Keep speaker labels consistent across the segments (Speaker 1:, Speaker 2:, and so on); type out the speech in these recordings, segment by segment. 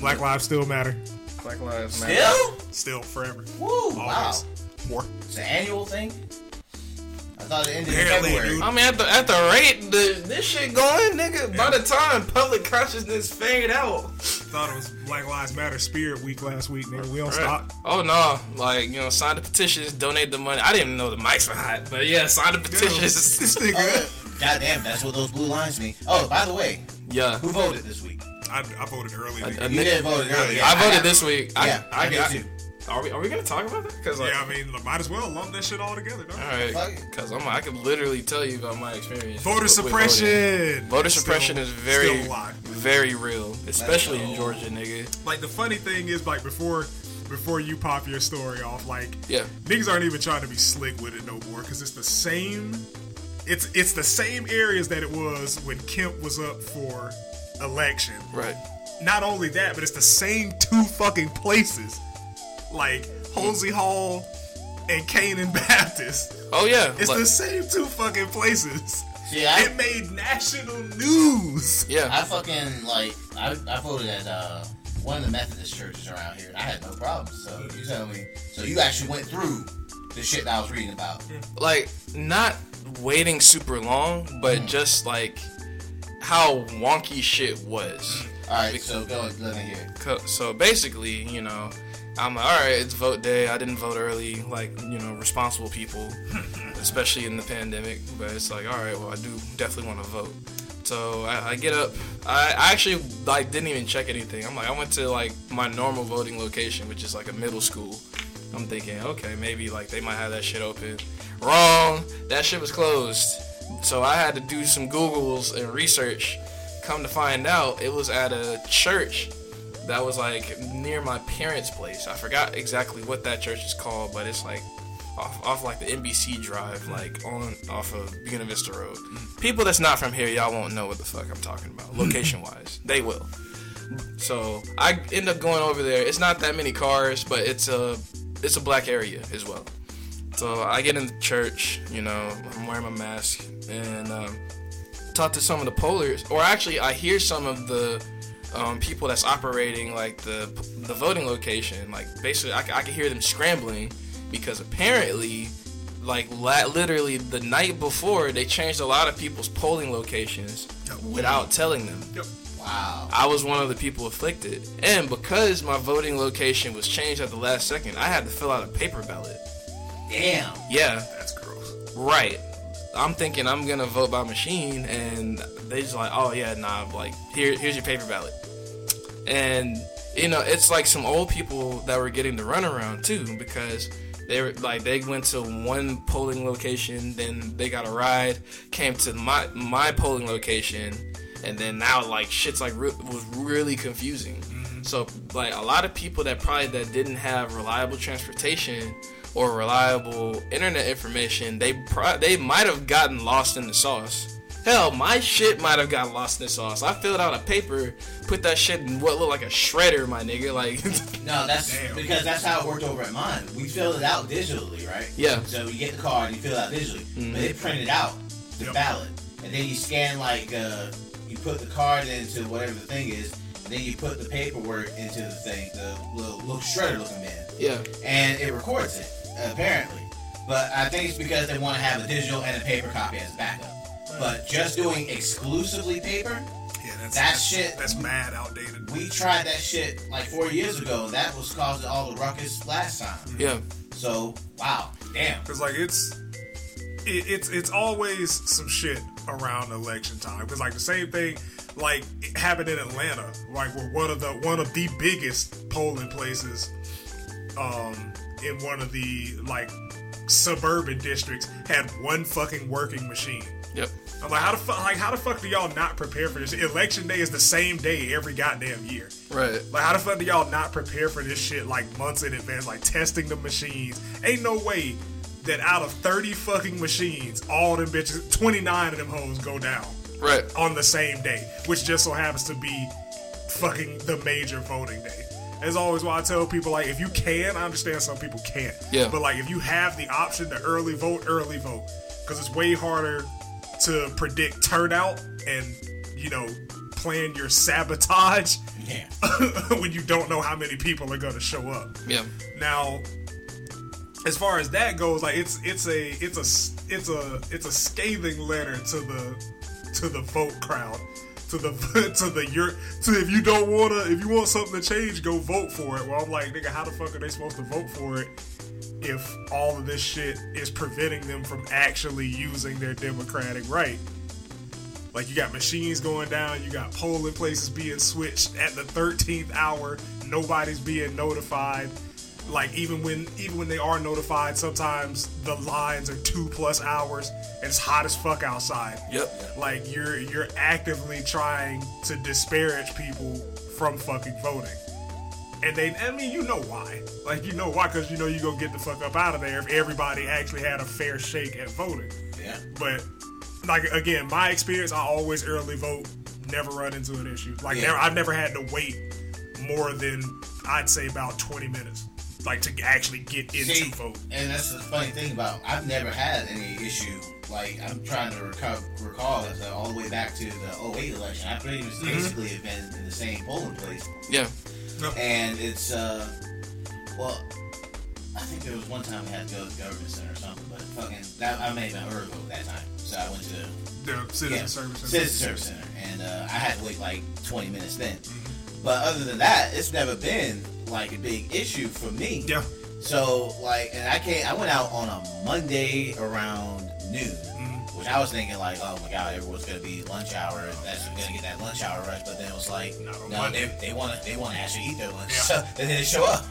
Speaker 1: lives still matter.
Speaker 2: Black Lives Matter.
Speaker 3: Still?
Speaker 1: Still forever.
Speaker 3: Woo, wow.
Speaker 1: Always. More.
Speaker 3: It's an annual thing? I thought it ended
Speaker 1: Apparently,
Speaker 3: in February.
Speaker 1: dude.
Speaker 4: I mean, at the at the rate the, this shit going, nigga. By the time public consciousness fade out,
Speaker 1: Thought it was Black Lives Matter Spirit Week last week, nigga. We don't
Speaker 4: Right.
Speaker 1: stop.
Speaker 4: Oh no! Like you know, sign the petitions, donate the money. I didn't know the mics were hot, but yeah, sign the
Speaker 1: Damn,
Speaker 4: petitions.
Speaker 1: this nigga.
Speaker 3: God damn, Uh, that's what those blue lines mean. Oh, by the way,
Speaker 4: yeah,
Speaker 3: who voted this week?
Speaker 1: I, I voted early.
Speaker 4: I, I
Speaker 1: nigga.
Speaker 4: did-
Speaker 3: You did vote earlier.
Speaker 4: I voted
Speaker 3: got-
Speaker 4: this week.
Speaker 3: Yeah, I, did too.
Speaker 4: Are we are we gonna talk about that? Cause like,
Speaker 1: Yeah, I mean, might as well lump that shit all together. Don't
Speaker 4: all
Speaker 1: we?
Speaker 4: right,
Speaker 3: Fuck it.
Speaker 4: cause I'm I could literally tell you about my experience.
Speaker 1: Voter
Speaker 4: with- with
Speaker 1: suppression.
Speaker 4: voting. Voter
Speaker 1: Still-
Speaker 4: suppression is very
Speaker 1: still a lie.
Speaker 4: very real, especially in
Speaker 3: go.
Speaker 4: Georgia, nigga.
Speaker 1: Like the funny thing is, like before, before you pop your story off, like
Speaker 4: Yeah.
Speaker 1: niggas aren't even trying to be slick with it no more because it's the same. It's it's the same areas that it was when Kemp was up for election.
Speaker 4: Right.
Speaker 1: Not only that, but it's the same two fucking places, like Hosey Hall and Canaan Baptist.
Speaker 4: Oh yeah.
Speaker 1: It's
Speaker 4: like-
Speaker 1: the same two fucking places.
Speaker 3: See, I-
Speaker 1: it made national news.
Speaker 4: yeah.
Speaker 3: I fucking, like, I, I voted at uh, one of the Methodist churches around here, and I had no problems. So you tell me. So you actually went through the shit that I was reading about.
Speaker 4: like not waiting super long, but just like how wonky shit was.
Speaker 3: Alright, so go and let me hear. it.
Speaker 4: Co- So basically, you know, I'm like, all right, it's vote day. I didn't vote early, like you know, responsible people, especially in the pandemic. But it's like, all right, well, I do definitely want to vote. So I, I get up. I, I actually like didn't even check anything. I'm like, I went to like my normal voting location, which is like a middle school. I'm thinking, okay, maybe like they might have that shit open. Wrong. That shit was closed. So I had to do some Googles and research. Come to find out, it was at a church that was like near my parents' place. I forgot exactly what that church is called, but it's like off, off like the NBC drive, like on off of Buena Vista Road. People that's not from here, y'all won't know what the fuck I'm talking about, location wise. They will. So I end up going over there. It's not that many cars, but it's a it's a black area as well. So I get in the church, you know, I'm wearing my mask and um, talk to some of the pollers, or actually I hear some of the um, people that's operating like the the voting location. Like basically, I, c- I could hear them scrambling because apparently, like la- literally the night before, they changed a lot of people's polling locations without telling them.
Speaker 3: Wow.
Speaker 4: I was one of the people afflicted. And because my voting location was changed at the last second, I had to fill out a paper ballot.
Speaker 3: Damn.
Speaker 4: Yeah,
Speaker 1: That's gross.
Speaker 4: right. I'm thinking I'm gonna vote by machine, and they just like, oh yeah, nah, like here, here's your paper ballot. And you know, it's like some old people that were getting the runaround too, because they were like they went to one polling location, then they got a ride, came to my my polling location, and then now like shit's like re- was really confusing. So like a lot of people that probably that didn't have reliable transportation or reliable internet information, they pro- they might have gotten lost in the sauce. Hell, my shit might have got lost in the sauce. I filled out a paper, put that shit in what looked like a shredder, my nigga. Like,
Speaker 3: No, that's
Speaker 1: Damn.
Speaker 3: because that's how it worked over at mine. We filled it out digitally, right?
Speaker 4: Yeah.
Speaker 3: So you get the card, you fill it out digitally, but it printed out the
Speaker 1: Yep.
Speaker 3: ballot, and then you scan like uh, you put the card into whatever the thing is, and then you put the paperwork into the thing, the little, little shredder looking man,
Speaker 4: yeah,
Speaker 3: and it records it apparently. But I think it's because they want to have a digital and a paper copy as backup. But just doing exclusively paper,
Speaker 1: Yeah, that's
Speaker 3: That shit-
Speaker 1: That's mad outdated.
Speaker 3: we tried that shit like four years ago, and that was causing all the ruckus last time.
Speaker 4: yeah,
Speaker 3: So, wow, damn.
Speaker 1: Cause like it's it, it's it's always some shit around election time. Cause like the same thing like it happened in Atlanta, like we're one of the one of the biggest polling places um in one of the like suburban districts had one fucking working machine.
Speaker 4: yep.
Speaker 1: I'm like, how the fuck like how the fuck do y'all not prepare for this? Election day is the same day every goddamn year.
Speaker 4: Right.
Speaker 1: Like, how the fuck do y'all not prepare for this shit like months in advance? Like, testing the machines. Ain't no way that out of 30 fucking machines, all them bitches, 29 of them hoes go down
Speaker 4: Right.
Speaker 1: on the same day, which just so happens to be fucking the major voting day. As always, why I tell people, like, if you can, I understand some people can't.
Speaker 4: Yeah.
Speaker 1: But, like, if you have the option to early vote, early vote. Because it's way harder to predict turnout and, you know, plan your sabotage
Speaker 3: Yeah.
Speaker 1: when you don't know how many people are going to show up.
Speaker 4: Yeah.
Speaker 1: Now, as far as that goes, like it's it's a it's a it's a it's a scathing letter to the to the vote crowd, to the to the your to if you don't wanna if you want something to change, go vote for it. Well, I'm like, nigga, how the fuck are they supposed to vote for it if all of this shit is preventing them from actually using their democratic right? Like you got machines going down, you got polling places being switched at the 13th hour. Nobody's being notified. Like even when even when they are notified, sometimes the lines are two plus hours and it's hot as fuck outside.
Speaker 4: Yep.
Speaker 1: Like you're you're actively trying to disparage people from fucking voting. And they, I mean, you know why. Like, you know why, because you know you're going to get the fuck up out of there if everybody actually had a fair shake at voting.
Speaker 3: Yeah.
Speaker 1: But like again, my experience, I always early vote, never run into an issue. Like
Speaker 3: Yeah.
Speaker 1: never, I've never had to wait more than I'd say about twenty minutes, like to actually get into
Speaker 3: See,
Speaker 1: vote.
Speaker 3: and that's the funny thing about I've never had any issue. Like I'm trying to recover, recall as, uh, all the way back to the 08 election. I pretty much basically have been in the same polling place,
Speaker 4: Yeah.
Speaker 3: and it's uh, well, I think there was one time we had to go to the government center or something, but fucking that I made my early vote that time, so I went to
Speaker 1: The citizen
Speaker 3: yeah,
Speaker 1: service.
Speaker 3: Citizen Service Center, and uh, I had to wait like 20 minutes then. But other than that, it's never been like a big issue for me.
Speaker 1: Yeah.
Speaker 3: So like, and I can't. I went out on a Monday around noon,
Speaker 1: Mhm.
Speaker 3: which I was thinking like, oh my god, everyone's gonna be lunch hour. and That's we're gonna get that lunch hour rush. But then it was like,
Speaker 1: Not on
Speaker 3: no,
Speaker 1: Monday.
Speaker 3: they they want to they want to actually eat their lunch.
Speaker 1: Yeah.
Speaker 3: So they didn't show up.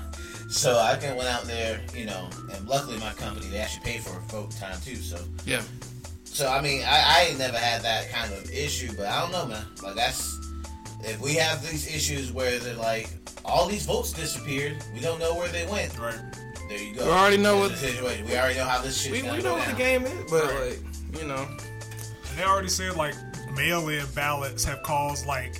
Speaker 3: So I kinda went out there, you know, and luckily my company they actually paid for vote time too. So
Speaker 4: Yeah.
Speaker 3: so I mean, I, I ain't never had that kind of issue, but I don't know, man. Like that's if we have these issues where they're like all these votes disappeared, we don't know where they went.
Speaker 1: Right.
Speaker 3: There you go.
Speaker 4: We already know
Speaker 3: That's
Speaker 4: what-
Speaker 3: the situation. We already know how this shit's
Speaker 4: We,
Speaker 3: gonna
Speaker 4: we
Speaker 3: go
Speaker 4: know what the
Speaker 3: down.
Speaker 4: game is, but
Speaker 1: Right.
Speaker 4: like you know,
Speaker 1: And they already said like mail-in ballots have caused like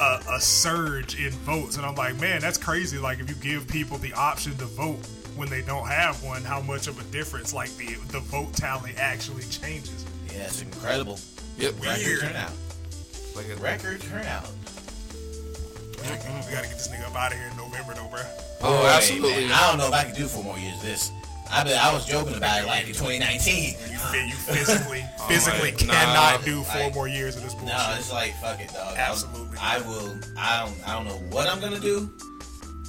Speaker 1: a, a surge in votes, and I'm like, man, that's crazy. Like if you give people the option to vote when they don't have one, how much of a difference like the the vote tally actually changes.
Speaker 3: Yeah, it's incredible.
Speaker 4: yep.
Speaker 3: Record
Speaker 1: Weird.
Speaker 3: turnout.
Speaker 4: Like a,
Speaker 3: Record turnout.
Speaker 1: We gotta get this nigga up out of here in November, though, bro.
Speaker 4: oh,
Speaker 3: Boy,
Speaker 4: absolutely.
Speaker 3: man, I don't know if I can do four more years of this. I been, I was joking about it like in 2019.
Speaker 1: You fit, you physically,
Speaker 4: my-
Speaker 1: physically
Speaker 4: nah,
Speaker 1: cannot do four
Speaker 3: Oh like-
Speaker 1: more years of this bullshit.
Speaker 3: No, it's like fuck it, dog.
Speaker 1: Absolutely.
Speaker 3: I will. I don't. I don't know what I'm gonna do,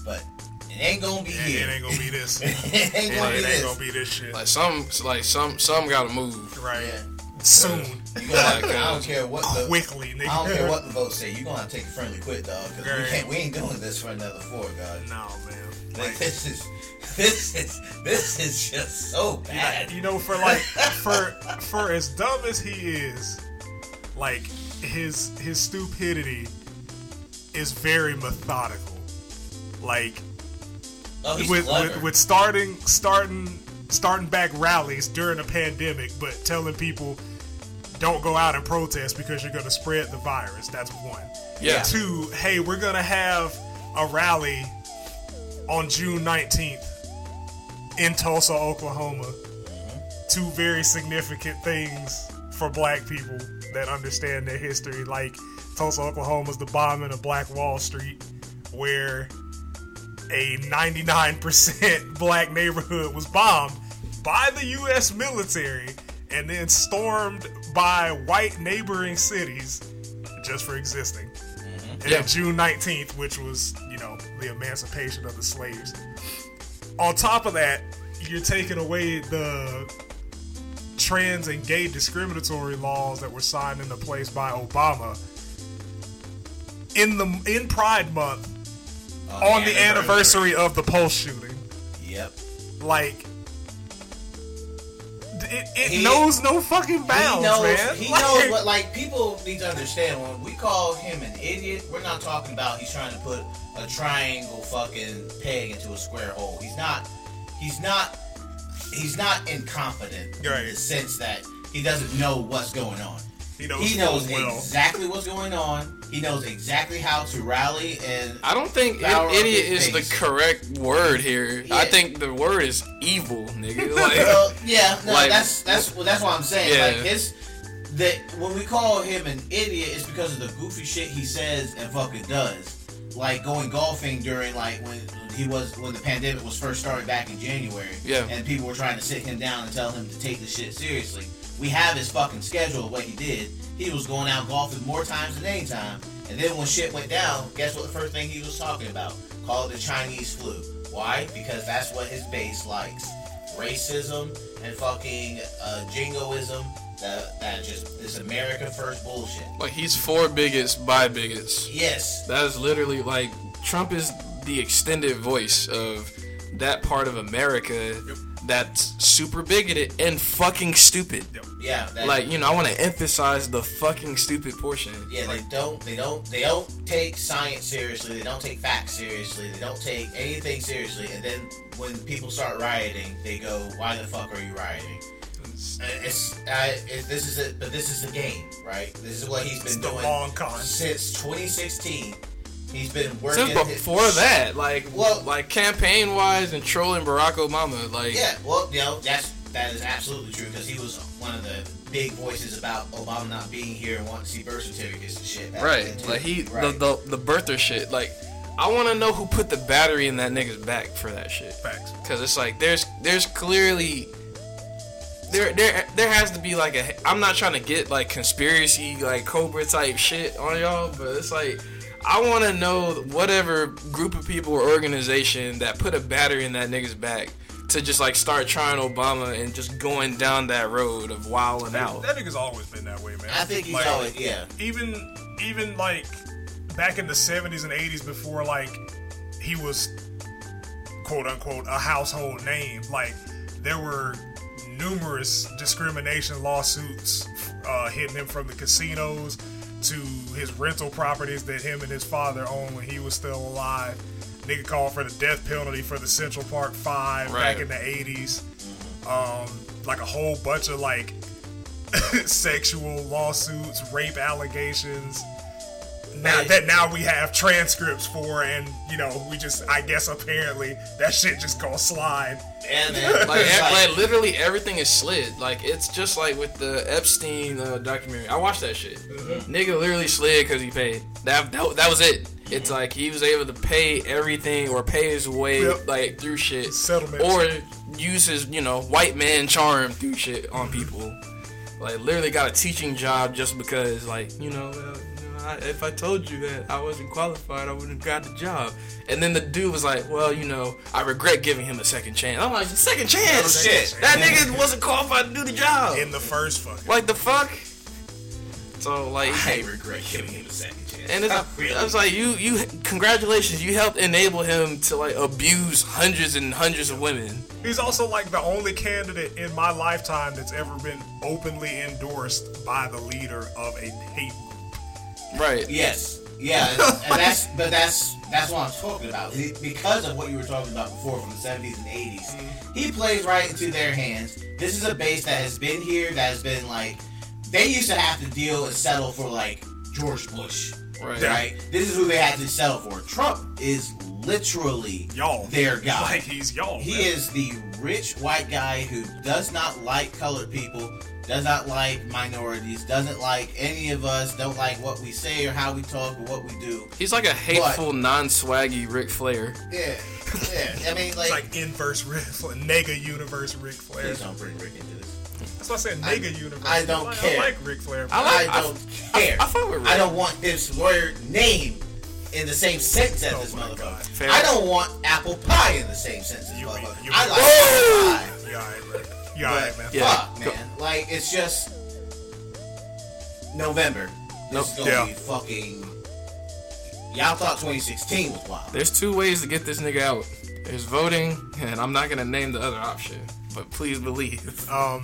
Speaker 3: but it ain't gonna be
Speaker 1: it,
Speaker 3: here.
Speaker 1: it ain't gonna be this. it
Speaker 3: it ain't gonna be
Speaker 1: ain't
Speaker 3: this.
Speaker 1: gonna be this shit.
Speaker 4: Like some, like some, some gotta move.
Speaker 1: right.
Speaker 3: Yeah.
Speaker 1: Soon.
Speaker 3: You gonna have to- I don't care what the.
Speaker 1: Quickly, nigga.
Speaker 3: I don't care what the votes say. You are gonna have to take a friendly quit, dog. Because
Speaker 1: Right.
Speaker 3: we can't. We ain't doing this for another four, dog.
Speaker 1: No, man.
Speaker 3: Like
Speaker 1: Like,
Speaker 3: this is. This is. This is just so bad.
Speaker 1: you know, for like, for for as dumb as he is, like his his stupidity is very methodical. Like
Speaker 3: Oh, he's
Speaker 1: with,
Speaker 3: clever.
Speaker 1: with with starting starting starting back rallies during a pandemic, but telling people don't go out and protest because you're going to spread the virus. That's one.
Speaker 4: Yeah.
Speaker 1: Two. Hey, we're going to have a rally on June 19th in Tulsa, Oklahoma.
Speaker 3: Mm-hmm.
Speaker 1: Two very significant things for black people that understand their history, like Tulsa, Oklahoma's the bombing of Black Wall Street, where a 99% black neighborhood was bombed by the U.S. military and then stormed by white neighboring cities just for existing. And
Speaker 4: Yeah.
Speaker 1: then June 19th, which was, you know, the emancipation of the slaves. On top of that, you're taking away the trans and gay discriminatory laws that were signed into place by Obama in the in Pride Month
Speaker 3: Oh,
Speaker 1: on the anniversary of the Pulse shooting.
Speaker 3: Yep.
Speaker 1: Like, it, it
Speaker 3: He-
Speaker 1: knows no fucking bounds,
Speaker 3: he knows,
Speaker 1: man.
Speaker 3: He
Speaker 1: Like,
Speaker 3: knows what, like, people need to understand when we call him an idiot, we're not talking about he's trying to put a triangle fucking peg into a square hole. He's not, he's not, he's not incompetent
Speaker 1: Right.
Speaker 3: in the sense that he doesn't know what's going on.
Speaker 1: He knows
Speaker 3: he knows
Speaker 1: full well.
Speaker 3: exactly what's going on. He knows exactly how to rally and
Speaker 4: I don't think
Speaker 3: Power up
Speaker 4: idiot
Speaker 3: his
Speaker 4: is the
Speaker 3: face.
Speaker 4: correct word here.
Speaker 3: Yeah.
Speaker 4: I think the word is evil, nigga. Like,
Speaker 3: Well, yeah, no,
Speaker 4: Like-
Speaker 3: that's that's well, that's what I'm saying.
Speaker 4: Yeah.
Speaker 3: Like his that when we call him an idiot, it's because of the goofy shit he says and fucking does. Like going golfing during like when he was when the pandemic was first started back in January.
Speaker 4: Yeah.
Speaker 3: And people were trying to sit him down and tell him to take the shit seriously. We have his fucking schedule of what he did. He was going out golfing more times than any time. And then when shit went down, guess what the first thing he was talking about? Called the Chinese flu. Why? Because that's what his base likes. Racism and fucking uh, jingoism. That, that just is America first bullshit.
Speaker 4: Like he's for bigots by bigots.
Speaker 3: Yes,
Speaker 4: That is literally like Trump is the extended voice of that part of America
Speaker 1: Yep.
Speaker 4: that's super bigoted and fucking stupid.
Speaker 3: yeah. That,
Speaker 4: Like, you know, I want to emphasize the fucking stupid portion.
Speaker 3: Yeah,
Speaker 4: Like,
Speaker 3: they don't. They don't. They don't take science seriously. They don't take facts seriously. They don't take anything seriously. And then when people start rioting, they go, "Why the fuck are you rioting?"
Speaker 4: it's-
Speaker 3: Uh, It's I, it, this is it, but this is the game, right? This is what he's
Speaker 1: It's
Speaker 3: been
Speaker 1: the
Speaker 3: doing
Speaker 1: long con.
Speaker 3: since 2016. He's been working.
Speaker 4: since
Speaker 3: his-
Speaker 4: before that, like,
Speaker 3: Well-
Speaker 4: like campaign wise and trolling Barack Obama, like,
Speaker 3: Yeah, well, you know, that's that is absolutely true because he was one of the big voices about Obama not being here and wanting to see birth certificates and shit. back
Speaker 4: right,
Speaker 3: then, too.
Speaker 4: like he
Speaker 3: Right.
Speaker 4: The, the the birther shit. Like, I want to know who put the battery in that nigga's back for that shit.
Speaker 1: Facts.
Speaker 4: Cause it's like there's there's clearly there there there has to be like a I'm not trying to get like conspiracy like Cobra type shit on y'all, but it's like I want to know whatever group of people or organization that put a battery in that nigga's back to just like start trying Obama and just going down that road of wilding out.
Speaker 1: That nigga's always been that way, man.
Speaker 3: I think he's
Speaker 1: Like,
Speaker 3: always yeah.
Speaker 1: even even like back in the 70s and 80s before like he was quote unquote a household name like there were numerous discrimination lawsuits uh, hitting him from the casinos to his rental properties that him and his father owned when he was still alive nigga called for the death penalty for the central park five back
Speaker 4: Right.
Speaker 1: in the 80s um, like a whole bunch of like sexual lawsuits, rape allegations. Now
Speaker 3: Right.
Speaker 1: that now we have transcripts for, and you know, we just I guess apparently that shit just gonna slide.
Speaker 3: And then
Speaker 4: Like,
Speaker 3: it's
Speaker 4: e- like literally everything is slid. Like it's just like with the Epstein uh, documentary. I watched that shit. Nigga literally slid because he paid. That, that that was it. It's like he was able to pay everything or pay his way
Speaker 1: Yep.
Speaker 4: like through shit,
Speaker 1: Settlements.
Speaker 4: or use his you know white man charm through shit on people. Like literally got a teaching job just because like you know. Uh, you know, I, if I told you that I wasn't qualified, I wouldn't have got the job. And then the dude was like, "Well, you know, I regret giving him a second chance." I'm like, "Second chance?
Speaker 3: Oh, shit.
Speaker 4: That nigga wasn't qualified to do the job.
Speaker 1: In the first fucking
Speaker 4: Like the fuck. So like,
Speaker 3: I regret giving him a second chance.
Speaker 4: and it's, I was like, you you congratulations, you helped enable him to like abuse hundreds and hundreds of women.
Speaker 1: he's also like the only candidate in my lifetime that's ever been openly endorsed by the leader of a hate. group.
Speaker 4: Right.
Speaker 3: yes, yeah, and- and that's but that's that's what I'm talking about He- because of what you were talking about before from the 70s and 80s.
Speaker 4: Mm-hmm.
Speaker 3: He plays right into their hands. This is a base that has been here, that has been like they used to have to deal and settle for like George Bush,
Speaker 4: Right.
Speaker 3: right? This is who they had to settle for. Trump is literally
Speaker 1: Y'all,
Speaker 3: their guy.
Speaker 1: like he's y'all.
Speaker 3: He
Speaker 1: man.
Speaker 3: is the rich white guy who does not like colored people, does not like minorities, doesn't like any of us, don't like what we say or how we talk or what we do.
Speaker 4: He's like a hateful, non-swaggy Ric Flair.
Speaker 3: Yeah, yeah. I mean,
Speaker 1: It's
Speaker 3: like,
Speaker 1: like inverse Ric Flair, nega universe Ric Flair.
Speaker 3: please don't bring Rick into this.
Speaker 1: That's why I said nega universe.
Speaker 3: I don't
Speaker 1: like,
Speaker 3: care.
Speaker 1: I like Ric Flair.
Speaker 4: I
Speaker 3: I,
Speaker 4: like- I-
Speaker 3: don't care.
Speaker 4: I fuck with Rick.
Speaker 3: I don't want this word name in the same sense as
Speaker 1: Oh
Speaker 3: this
Speaker 1: my
Speaker 3: motherfucker.
Speaker 1: God.
Speaker 4: Fair.
Speaker 3: I don't want apple pie in the same sense as
Speaker 1: You-
Speaker 3: motherfucker.
Speaker 1: you-
Speaker 3: I like
Speaker 4: Whoa!
Speaker 3: apple pie.
Speaker 1: you alright, man. You
Speaker 3: But
Speaker 1: alright, man.
Speaker 4: Yeah.
Speaker 3: Fuck, man. Like it's just November.
Speaker 4: Nope.
Speaker 3: This is gonna
Speaker 1: Yeah.
Speaker 3: be fucking. Y'all thought 2016 was wild.
Speaker 4: There's two ways to get this nigga out. There's voting, and I'm not gonna name the other option. But please believe.
Speaker 1: Um.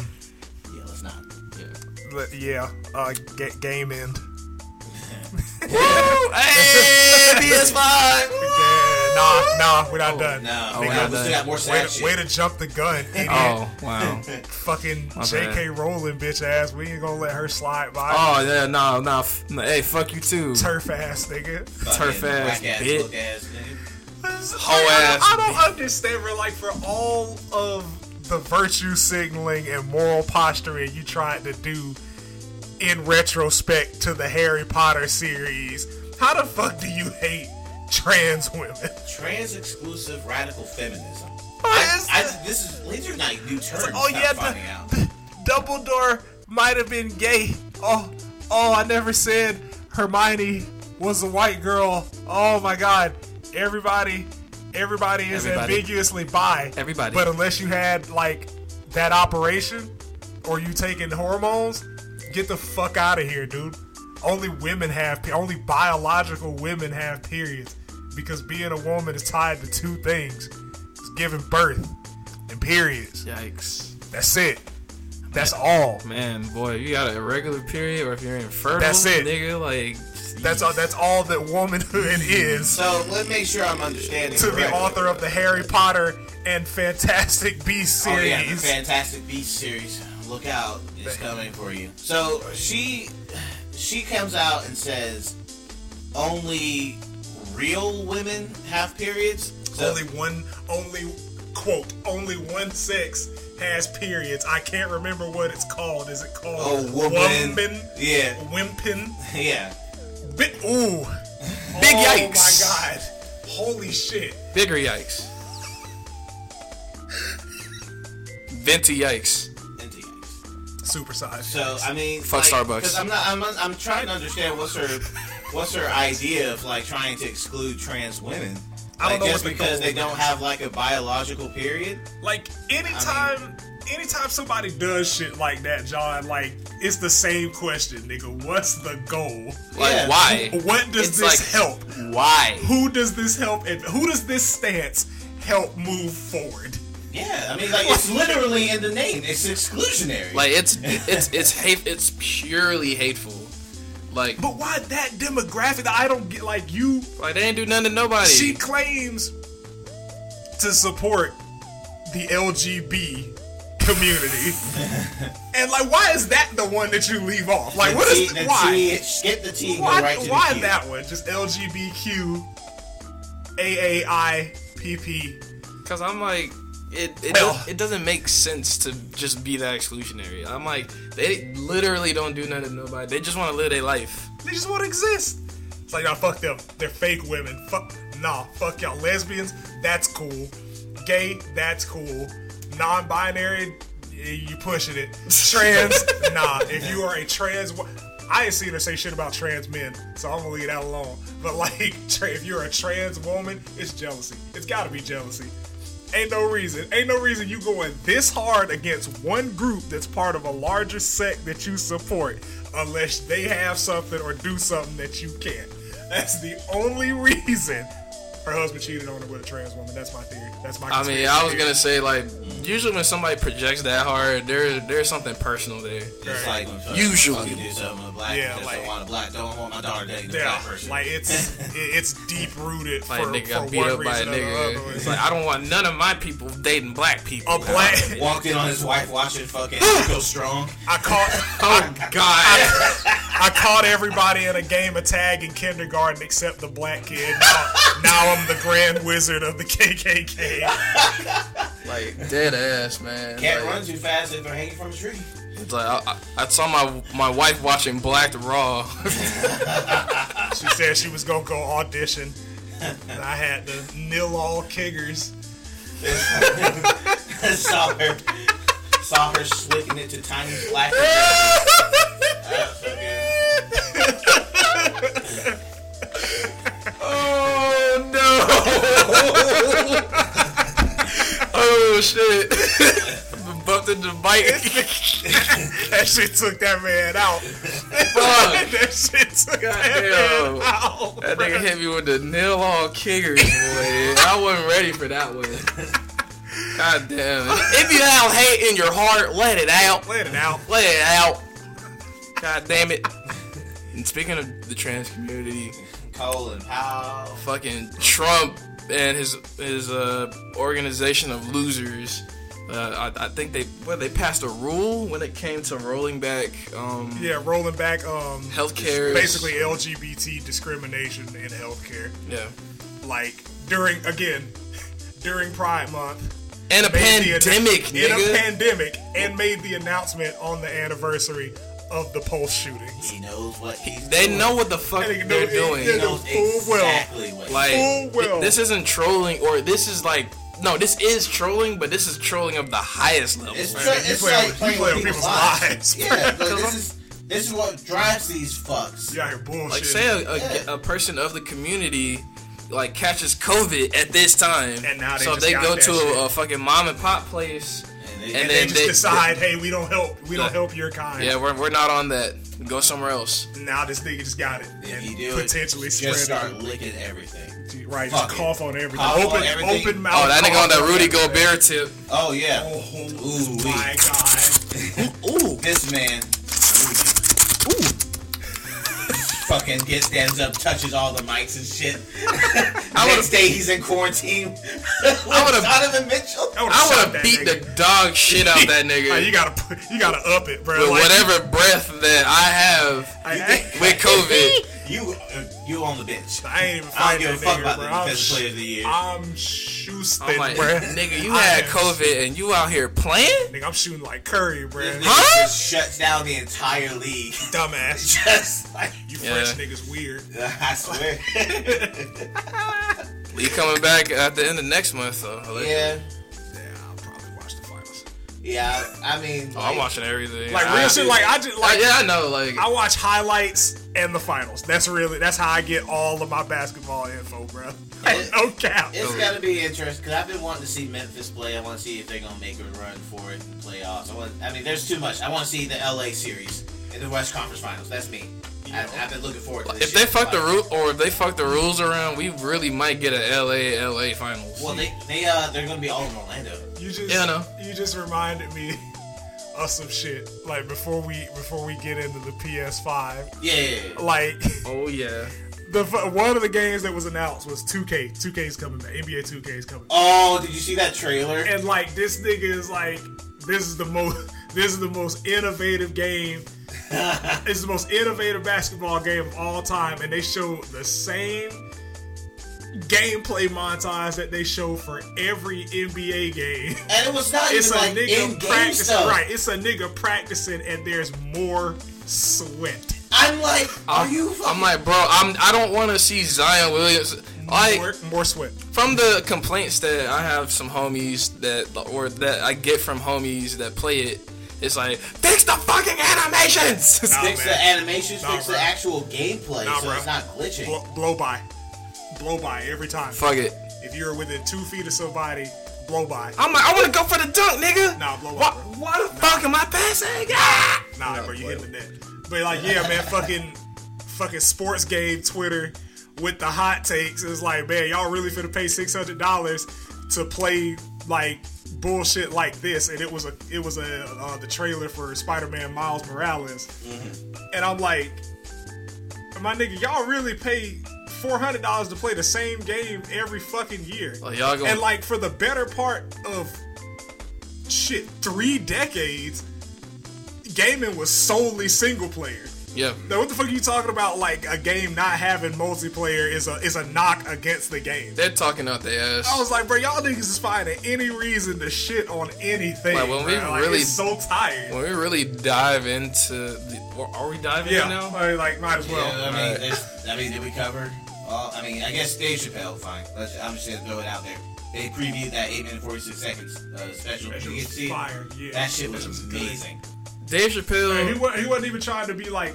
Speaker 3: Yeah, let's not.
Speaker 4: Yeah.
Speaker 1: But yeah, uh, ga- game end.
Speaker 4: Woo! Hey, PS5.
Speaker 1: Yeah, nah, nah, we're not done.
Speaker 3: No,
Speaker 4: Oh,
Speaker 3: we,
Speaker 4: wow,
Speaker 3: got, we
Speaker 4: that-
Speaker 3: still got more
Speaker 1: Way
Speaker 3: sad
Speaker 1: to, way
Speaker 3: shit.
Speaker 1: to jump the gun, idiot.
Speaker 4: Oh wow.
Speaker 1: Fucking
Speaker 4: My
Speaker 1: J.K. Rowling, bitch ass. We ain't gonna let her slide by.
Speaker 4: Oh yeah, no, no, f- no. Hey, fuck you too.
Speaker 1: Turf ass nigga.
Speaker 4: turf ass bitch.
Speaker 3: look ass nigga.
Speaker 1: Whole
Speaker 4: ass
Speaker 1: I don't, I don't understand. We're like for all of the virtue signaling and moral posturing you tried to do in retrospect to the Harry Potter series, how the fuck do you hate trans women?
Speaker 3: Trans exclusive radical feminism.
Speaker 1: What
Speaker 3: I-
Speaker 1: is
Speaker 3: I-
Speaker 1: that?
Speaker 3: this is these are like new terms.
Speaker 2: Oh
Speaker 3: I'm
Speaker 2: yeah,
Speaker 3: finding out.
Speaker 2: the, Dumbledore might have been gay. Oh, oh, I never said Hermione was a white girl. Oh my God, everybody, everybody is
Speaker 4: Everybody.
Speaker 2: ambiguously bi.
Speaker 4: Everybody.
Speaker 2: but
Speaker 1: But unless you had like that operation or you taking hormones, get the fuck out of here, dude. Only women have pe- only biological women have periods because being a woman is tied to two things: it's giving birth and periods.
Speaker 4: Yikes.
Speaker 1: That's it. That's all.
Speaker 4: Man, boy, you got a regular period, or if you're infertile,
Speaker 1: That's it.
Speaker 4: nigga, like
Speaker 1: That's all. That's all that womanhood is.
Speaker 3: So let's make sure I'm understanding.
Speaker 1: To the
Speaker 3: correctly.
Speaker 1: author of the Harry Potter and Fantastic Beasts
Speaker 3: Oh, yeah, the
Speaker 1: series.
Speaker 3: Fantastic Beast series. Look out, it's coming for you. So she she comes out and says only real women have periods. So
Speaker 1: only one only quote only one sex has periods i can't remember what it's called is it called
Speaker 3: a Oh, woman.
Speaker 1: Woman?
Speaker 3: Yeah,
Speaker 1: wimpin
Speaker 3: yeah.
Speaker 1: Bi- ooh
Speaker 4: big
Speaker 1: oh my
Speaker 4: yikes.
Speaker 1: god holy shit
Speaker 4: Bigger yikes. Venti yikes.
Speaker 3: And yikes.
Speaker 1: super size
Speaker 3: So I mean,
Speaker 4: Fuck
Speaker 3: like,
Speaker 4: Starbucks.
Speaker 3: 'cause I'm not. I'm, I'm trying to understand what's her what's her idea of like trying to exclude trans women.
Speaker 1: I don't
Speaker 3: Like,
Speaker 1: know what
Speaker 3: just
Speaker 1: they
Speaker 3: because
Speaker 1: call
Speaker 3: they
Speaker 1: them.
Speaker 3: don't have like a biological period.
Speaker 1: like anytime anytime somebody does shit like that john like it's the same question nigga what's the goal
Speaker 4: Like
Speaker 3: Yeah.
Speaker 4: why?
Speaker 1: what does
Speaker 4: It's
Speaker 1: this
Speaker 4: like-
Speaker 1: help
Speaker 4: Why?
Speaker 1: who does this help and who does this stance help move forward
Speaker 3: Yeah, I mean, like it's literally in the name. It's exclusionary.
Speaker 4: Like it's it's it's hate. It's purely hateful. Like
Speaker 1: But why that demographic? I don't get like you.
Speaker 4: like they ain't do nothing to nobody.
Speaker 1: She claims to support the LGB community, and like, why is that the one that you leave off? Like, what
Speaker 3: T,
Speaker 1: is
Speaker 3: the
Speaker 1: why?
Speaker 3: T, skip the T. and go
Speaker 1: Why?
Speaker 3: right to
Speaker 1: why
Speaker 3: the Q.
Speaker 1: that one? Just LGBTQ, AAIPP.
Speaker 4: Cause I'm like, it it,
Speaker 1: Well-
Speaker 4: does, it doesn't make sense to just be that exclusionary. I'm like, they literally don't do nothing to nobody. They just want to live their life.
Speaker 1: They just want to exist. It's like, nah, fuck them. They're fake women. Fuck, nah, fuck y'all. Lesbians, that's cool. Gay, that's cool. Non binary, you pushing it. Trans, nah. If you are a trans, wo- I ain't seen her say shit about trans men, so I'm gonna leave that alone. But like, tra- if you're a trans woman, it's jealousy. It's gotta be jealousy. Ain't no reason. Ain't no reason you going this hard against one group that's part of a larger sect that you support unless they have something or do something that you can't. That's the only reason her husband cheated on her with a trans woman. That's my theory. That's my
Speaker 4: I mean,
Speaker 1: conspiracy
Speaker 4: I was
Speaker 1: theory.
Speaker 4: gonna say like, usually when somebody projects that hard, there there's something personal there.
Speaker 3: Just like
Speaker 4: Usually.
Speaker 3: fucking do something to black.
Speaker 1: Yeah,
Speaker 3: Yeah, like
Speaker 1: like-
Speaker 3: don't want a black. Don't want my daughter dating a black
Speaker 1: Yeah,
Speaker 3: person.
Speaker 1: like it's it- it's deep rooted
Speaker 4: Like
Speaker 1: for,
Speaker 4: nigga
Speaker 1: for
Speaker 4: got beat
Speaker 1: one
Speaker 4: up by a
Speaker 1: reason or the
Speaker 4: nigga.
Speaker 1: other.
Speaker 4: It's like I don't want none of my people dating black people.
Speaker 1: a black.
Speaker 3: Walked in on his wife watching fucking
Speaker 1: Ah!
Speaker 3: Nico Strong.
Speaker 1: I caught
Speaker 4: Oh God!
Speaker 1: I caught everybody in a game of tag in kindergarten except the black kid. Now, now I'm the grand wizard of the KKK.
Speaker 4: like dead ass man.
Speaker 3: Can't
Speaker 4: Like,
Speaker 3: run too fast if they're hanging from a tree.
Speaker 4: It's like I, I, I saw my my wife watching Black Raw.
Speaker 1: She said she was gonna go audition. And I had to nil all kiggers.
Speaker 3: saw her, saw her slicking it to tiny black.
Speaker 1: Ah!
Speaker 4: oh no! oh shit! Bumped into Mike.
Speaker 1: That shit took that man out.
Speaker 4: Fuck.
Speaker 1: That shit took that
Speaker 4: Goddamn.
Speaker 1: man out.
Speaker 4: That nigga hit me with the nil all kickers, boy. I wasn't ready for that one. God damn it. If you have hate in your heart, let it out.
Speaker 1: Let it out.
Speaker 4: Let it out. God damn it. And speaking of the trans community,
Speaker 3: Cole and Powell.
Speaker 4: fucking Trump and his his uh, organization of losers. Uh, I, I think they well they passed a rule when it came to rolling back um,
Speaker 1: Yeah, rolling back um
Speaker 4: healthcare.
Speaker 1: basically LGBT discrimination in healthcare.
Speaker 4: yeah,
Speaker 1: Like during again, during Pride Month.
Speaker 4: and a
Speaker 1: made the-
Speaker 4: pandemic,
Speaker 1: in a
Speaker 4: nigga.
Speaker 1: pandemic and made the announcement on the anniversary of the Pulse shootings.
Speaker 3: He knows what he's
Speaker 4: They
Speaker 3: doing.
Speaker 4: know what the fuck
Speaker 1: They know-
Speaker 4: they're
Speaker 1: they-
Speaker 4: doing.
Speaker 1: they
Speaker 3: He knows
Speaker 1: full well.
Speaker 3: exactly what.
Speaker 4: Like
Speaker 1: Full well.
Speaker 4: th- this isn't trolling, or this is like no, this is trolling, but this is trolling of the highest level.
Speaker 3: It's,
Speaker 4: man.
Speaker 3: tra-
Speaker 1: you
Speaker 3: it's
Speaker 1: play
Speaker 3: like
Speaker 1: with- you
Speaker 3: playing
Speaker 1: play
Speaker 3: with
Speaker 1: with
Speaker 3: people's
Speaker 1: people's lives.
Speaker 3: lives. Yeah, like,
Speaker 4: I'm-
Speaker 3: this is this is what drives these fucks.
Speaker 1: You out here bullshit.
Speaker 4: like say a, a,
Speaker 3: Yeah.
Speaker 4: a person of the community like catches COVID at this time,
Speaker 1: And now they
Speaker 4: so
Speaker 1: just
Speaker 4: they
Speaker 1: got
Speaker 4: go
Speaker 1: that
Speaker 4: to
Speaker 1: shit.
Speaker 4: a, a fucking mom and pop place.
Speaker 3: And they,
Speaker 4: And
Speaker 3: and
Speaker 1: they
Speaker 4: then
Speaker 1: just
Speaker 4: they-
Speaker 1: decide, hey, we don't help, we
Speaker 4: Yeah.
Speaker 1: don't help your kind.
Speaker 4: Yeah, we're, we're not on that. Go somewhere else.
Speaker 1: Now this nigga just got it
Speaker 3: if
Speaker 1: and
Speaker 3: you do
Speaker 1: potentially
Speaker 3: it,
Speaker 1: spread
Speaker 3: just start
Speaker 1: it.
Speaker 3: licking everything.
Speaker 1: Right,
Speaker 3: Fuck
Speaker 1: just
Speaker 3: it.
Speaker 1: cough on everything.
Speaker 3: Cough on
Speaker 1: open,
Speaker 3: everything.
Speaker 1: open mouth.
Speaker 4: Oh, that nigga on that
Speaker 1: cough
Speaker 4: Rudy
Speaker 1: everything.
Speaker 4: Gobert tip.
Speaker 3: Oh yeah,
Speaker 1: Oh
Speaker 3: Ooh,
Speaker 1: my
Speaker 3: wee.
Speaker 1: god.
Speaker 4: Ooh,
Speaker 3: this man. Fucking gets stands up, touches all the mics and shit. Next
Speaker 4: would've-
Speaker 3: day he's in quarantine.
Speaker 4: would've-
Speaker 3: with Donovan Mitchell.
Speaker 1: would've shot
Speaker 4: I would
Speaker 1: that
Speaker 4: have beat
Speaker 1: nigga.
Speaker 4: the dog shit out that
Speaker 1: Like,
Speaker 4: nigga
Speaker 1: you gotta, put- you gotta up it, bro.
Speaker 4: with
Speaker 1: Like,
Speaker 4: whatever breath that I have
Speaker 1: I, I,
Speaker 4: with COVID.
Speaker 3: You, uh, you on the bench.
Speaker 1: I ain't even
Speaker 3: I don't
Speaker 1: fighting
Speaker 3: give
Speaker 1: that
Speaker 3: a fuck
Speaker 1: nigga,
Speaker 3: about
Speaker 1: bro.
Speaker 3: the
Speaker 1: I'm,
Speaker 3: defensive
Speaker 1: sh-
Speaker 3: player of the year.
Speaker 1: I'm shoosting,
Speaker 4: I'm like,
Speaker 1: bro.
Speaker 4: nigga, you
Speaker 1: I
Speaker 4: had
Speaker 1: am-
Speaker 4: COVID and you out here playing?
Speaker 1: Nigga, I'm shooting like Curry, bro.
Speaker 3: This nigga
Speaker 4: Huh?
Speaker 3: just shuts down the entire league.
Speaker 1: Dumbass.
Speaker 3: just like
Speaker 1: You
Speaker 4: Yeah.
Speaker 1: French niggas weird.
Speaker 3: I swear.
Speaker 4: You coming back at the end of next month though? allegedly.
Speaker 3: yeah,
Speaker 1: Yeah, I'll probably watch the finals.
Speaker 3: yeah. I mean,
Speaker 4: Oh, I'm watching everything.
Speaker 1: Like
Speaker 4: I-
Speaker 1: real shit. Like I just
Speaker 4: Like,
Speaker 1: like
Speaker 4: yeah, I know. Like,
Speaker 1: I watch highlights and the finals. That's really that's how I get all of my basketball info, bro. Like, no cap.
Speaker 3: It's gotta be interesting because I've been wanting to see Memphis play. I want to see if they're gonna make a run for it in the playoffs. I want. I mean, there's too much. I want to see the LA series in the West Conference Finals. That's me. I, I've been looking forward to this.
Speaker 4: if they
Speaker 3: shit.
Speaker 4: fuck the
Speaker 3: Like,
Speaker 4: rule or if they fuck the rules around, we really might get a LA LA finals.
Speaker 3: well, they they uh they're gonna be all in Orlando.
Speaker 1: You just
Speaker 4: Yeah, I know.
Speaker 1: you just reminded me of some shit. Like before we before we get into the PS5,
Speaker 3: Yeah, yeah, yeah.
Speaker 1: like
Speaker 4: oh yeah.
Speaker 1: the f- one of the games that was announced was 2K. 2K's coming back. NBA 2K's coming. back.
Speaker 3: Oh, did you see that trailer?
Speaker 1: And like this nigga is like this is the most this is the most innovative game It's the most innovative basketball game of all time, and they show the same gameplay montage that they show for every NBA game.
Speaker 3: And it was not
Speaker 1: It's a
Speaker 3: even like in
Speaker 1: nigga
Speaker 3: game
Speaker 1: practicing,
Speaker 3: stuff.
Speaker 1: right? It's a nigga practicing, and there's more sweat.
Speaker 3: I'm like, are you?
Speaker 4: I'm
Speaker 3: Fucking-
Speaker 4: like, bro, I'm. I don't want to see Zion Williams. Like,
Speaker 1: more, more sweat.
Speaker 4: from the complaints that I have some homies that or that I get from homies that play it, it's like fix the fucking animations.
Speaker 1: Nah,
Speaker 3: fix
Speaker 1: Oh, man.
Speaker 3: the animations,
Speaker 1: Nah,
Speaker 3: fix
Speaker 1: bruh.
Speaker 3: the actual gameplay,
Speaker 1: Nah,
Speaker 3: so
Speaker 1: bruh.
Speaker 3: it's not glitching.
Speaker 1: Blow, blow by, blow by every time.
Speaker 4: Fuck it.
Speaker 1: If you're within two feet of somebody, blow by.
Speaker 4: I'm like, I want to go for the dunk, nigga.
Speaker 1: Nah, blow
Speaker 4: Why,
Speaker 1: up, bro.
Speaker 4: why the fuck am I passing? Ah!
Speaker 1: Nah, bro, you hitting the net. But like, yeah, man, fucking, fucking sports game Twitter with the hot takes is like, man, y'all really finna pay six hundred dollars to play like bullshit like this, and it was a, it was a uh, the trailer for Spider Man Miles Morales,
Speaker 4: Mm-hmm.
Speaker 1: and I'm like, my nigga, y'all really pay. Four hundred dollars to play the same game every fucking year,
Speaker 4: Like, y'all gonna-
Speaker 1: and like for the better part of shit, three decades, gaming was solely single player.
Speaker 4: Yeah.
Speaker 1: Now what the fuck are you talking about? Like a game not having multiplayer is a is a knock against the game.
Speaker 4: They're talking out their ass.
Speaker 1: I was like, bro, y'all niggas is finding any reason to shit on anything.
Speaker 4: Like, when we
Speaker 1: bruh. Like,
Speaker 4: really-
Speaker 1: it's so tired.
Speaker 4: when we really dive into the, or are we diving
Speaker 1: Yeah,
Speaker 4: in now?
Speaker 1: like, like, might as
Speaker 3: Yeah,
Speaker 1: well.
Speaker 3: I mean,
Speaker 4: alright.
Speaker 3: there's- I mean, did we cover? all I mean, I guess Dave Chappelle. Fine, Let's, I'm just gonna throw it out there. They previewed that eight minute forty six seconds uh, special.
Speaker 1: That shit
Speaker 3: you
Speaker 1: was
Speaker 3: can see
Speaker 1: fire, yeah.
Speaker 3: that shit was,
Speaker 1: That shit was good.
Speaker 3: amazing.
Speaker 4: Dave
Speaker 1: And
Speaker 4: Chappelle.
Speaker 1: he, wa- he wasn't even trying to be like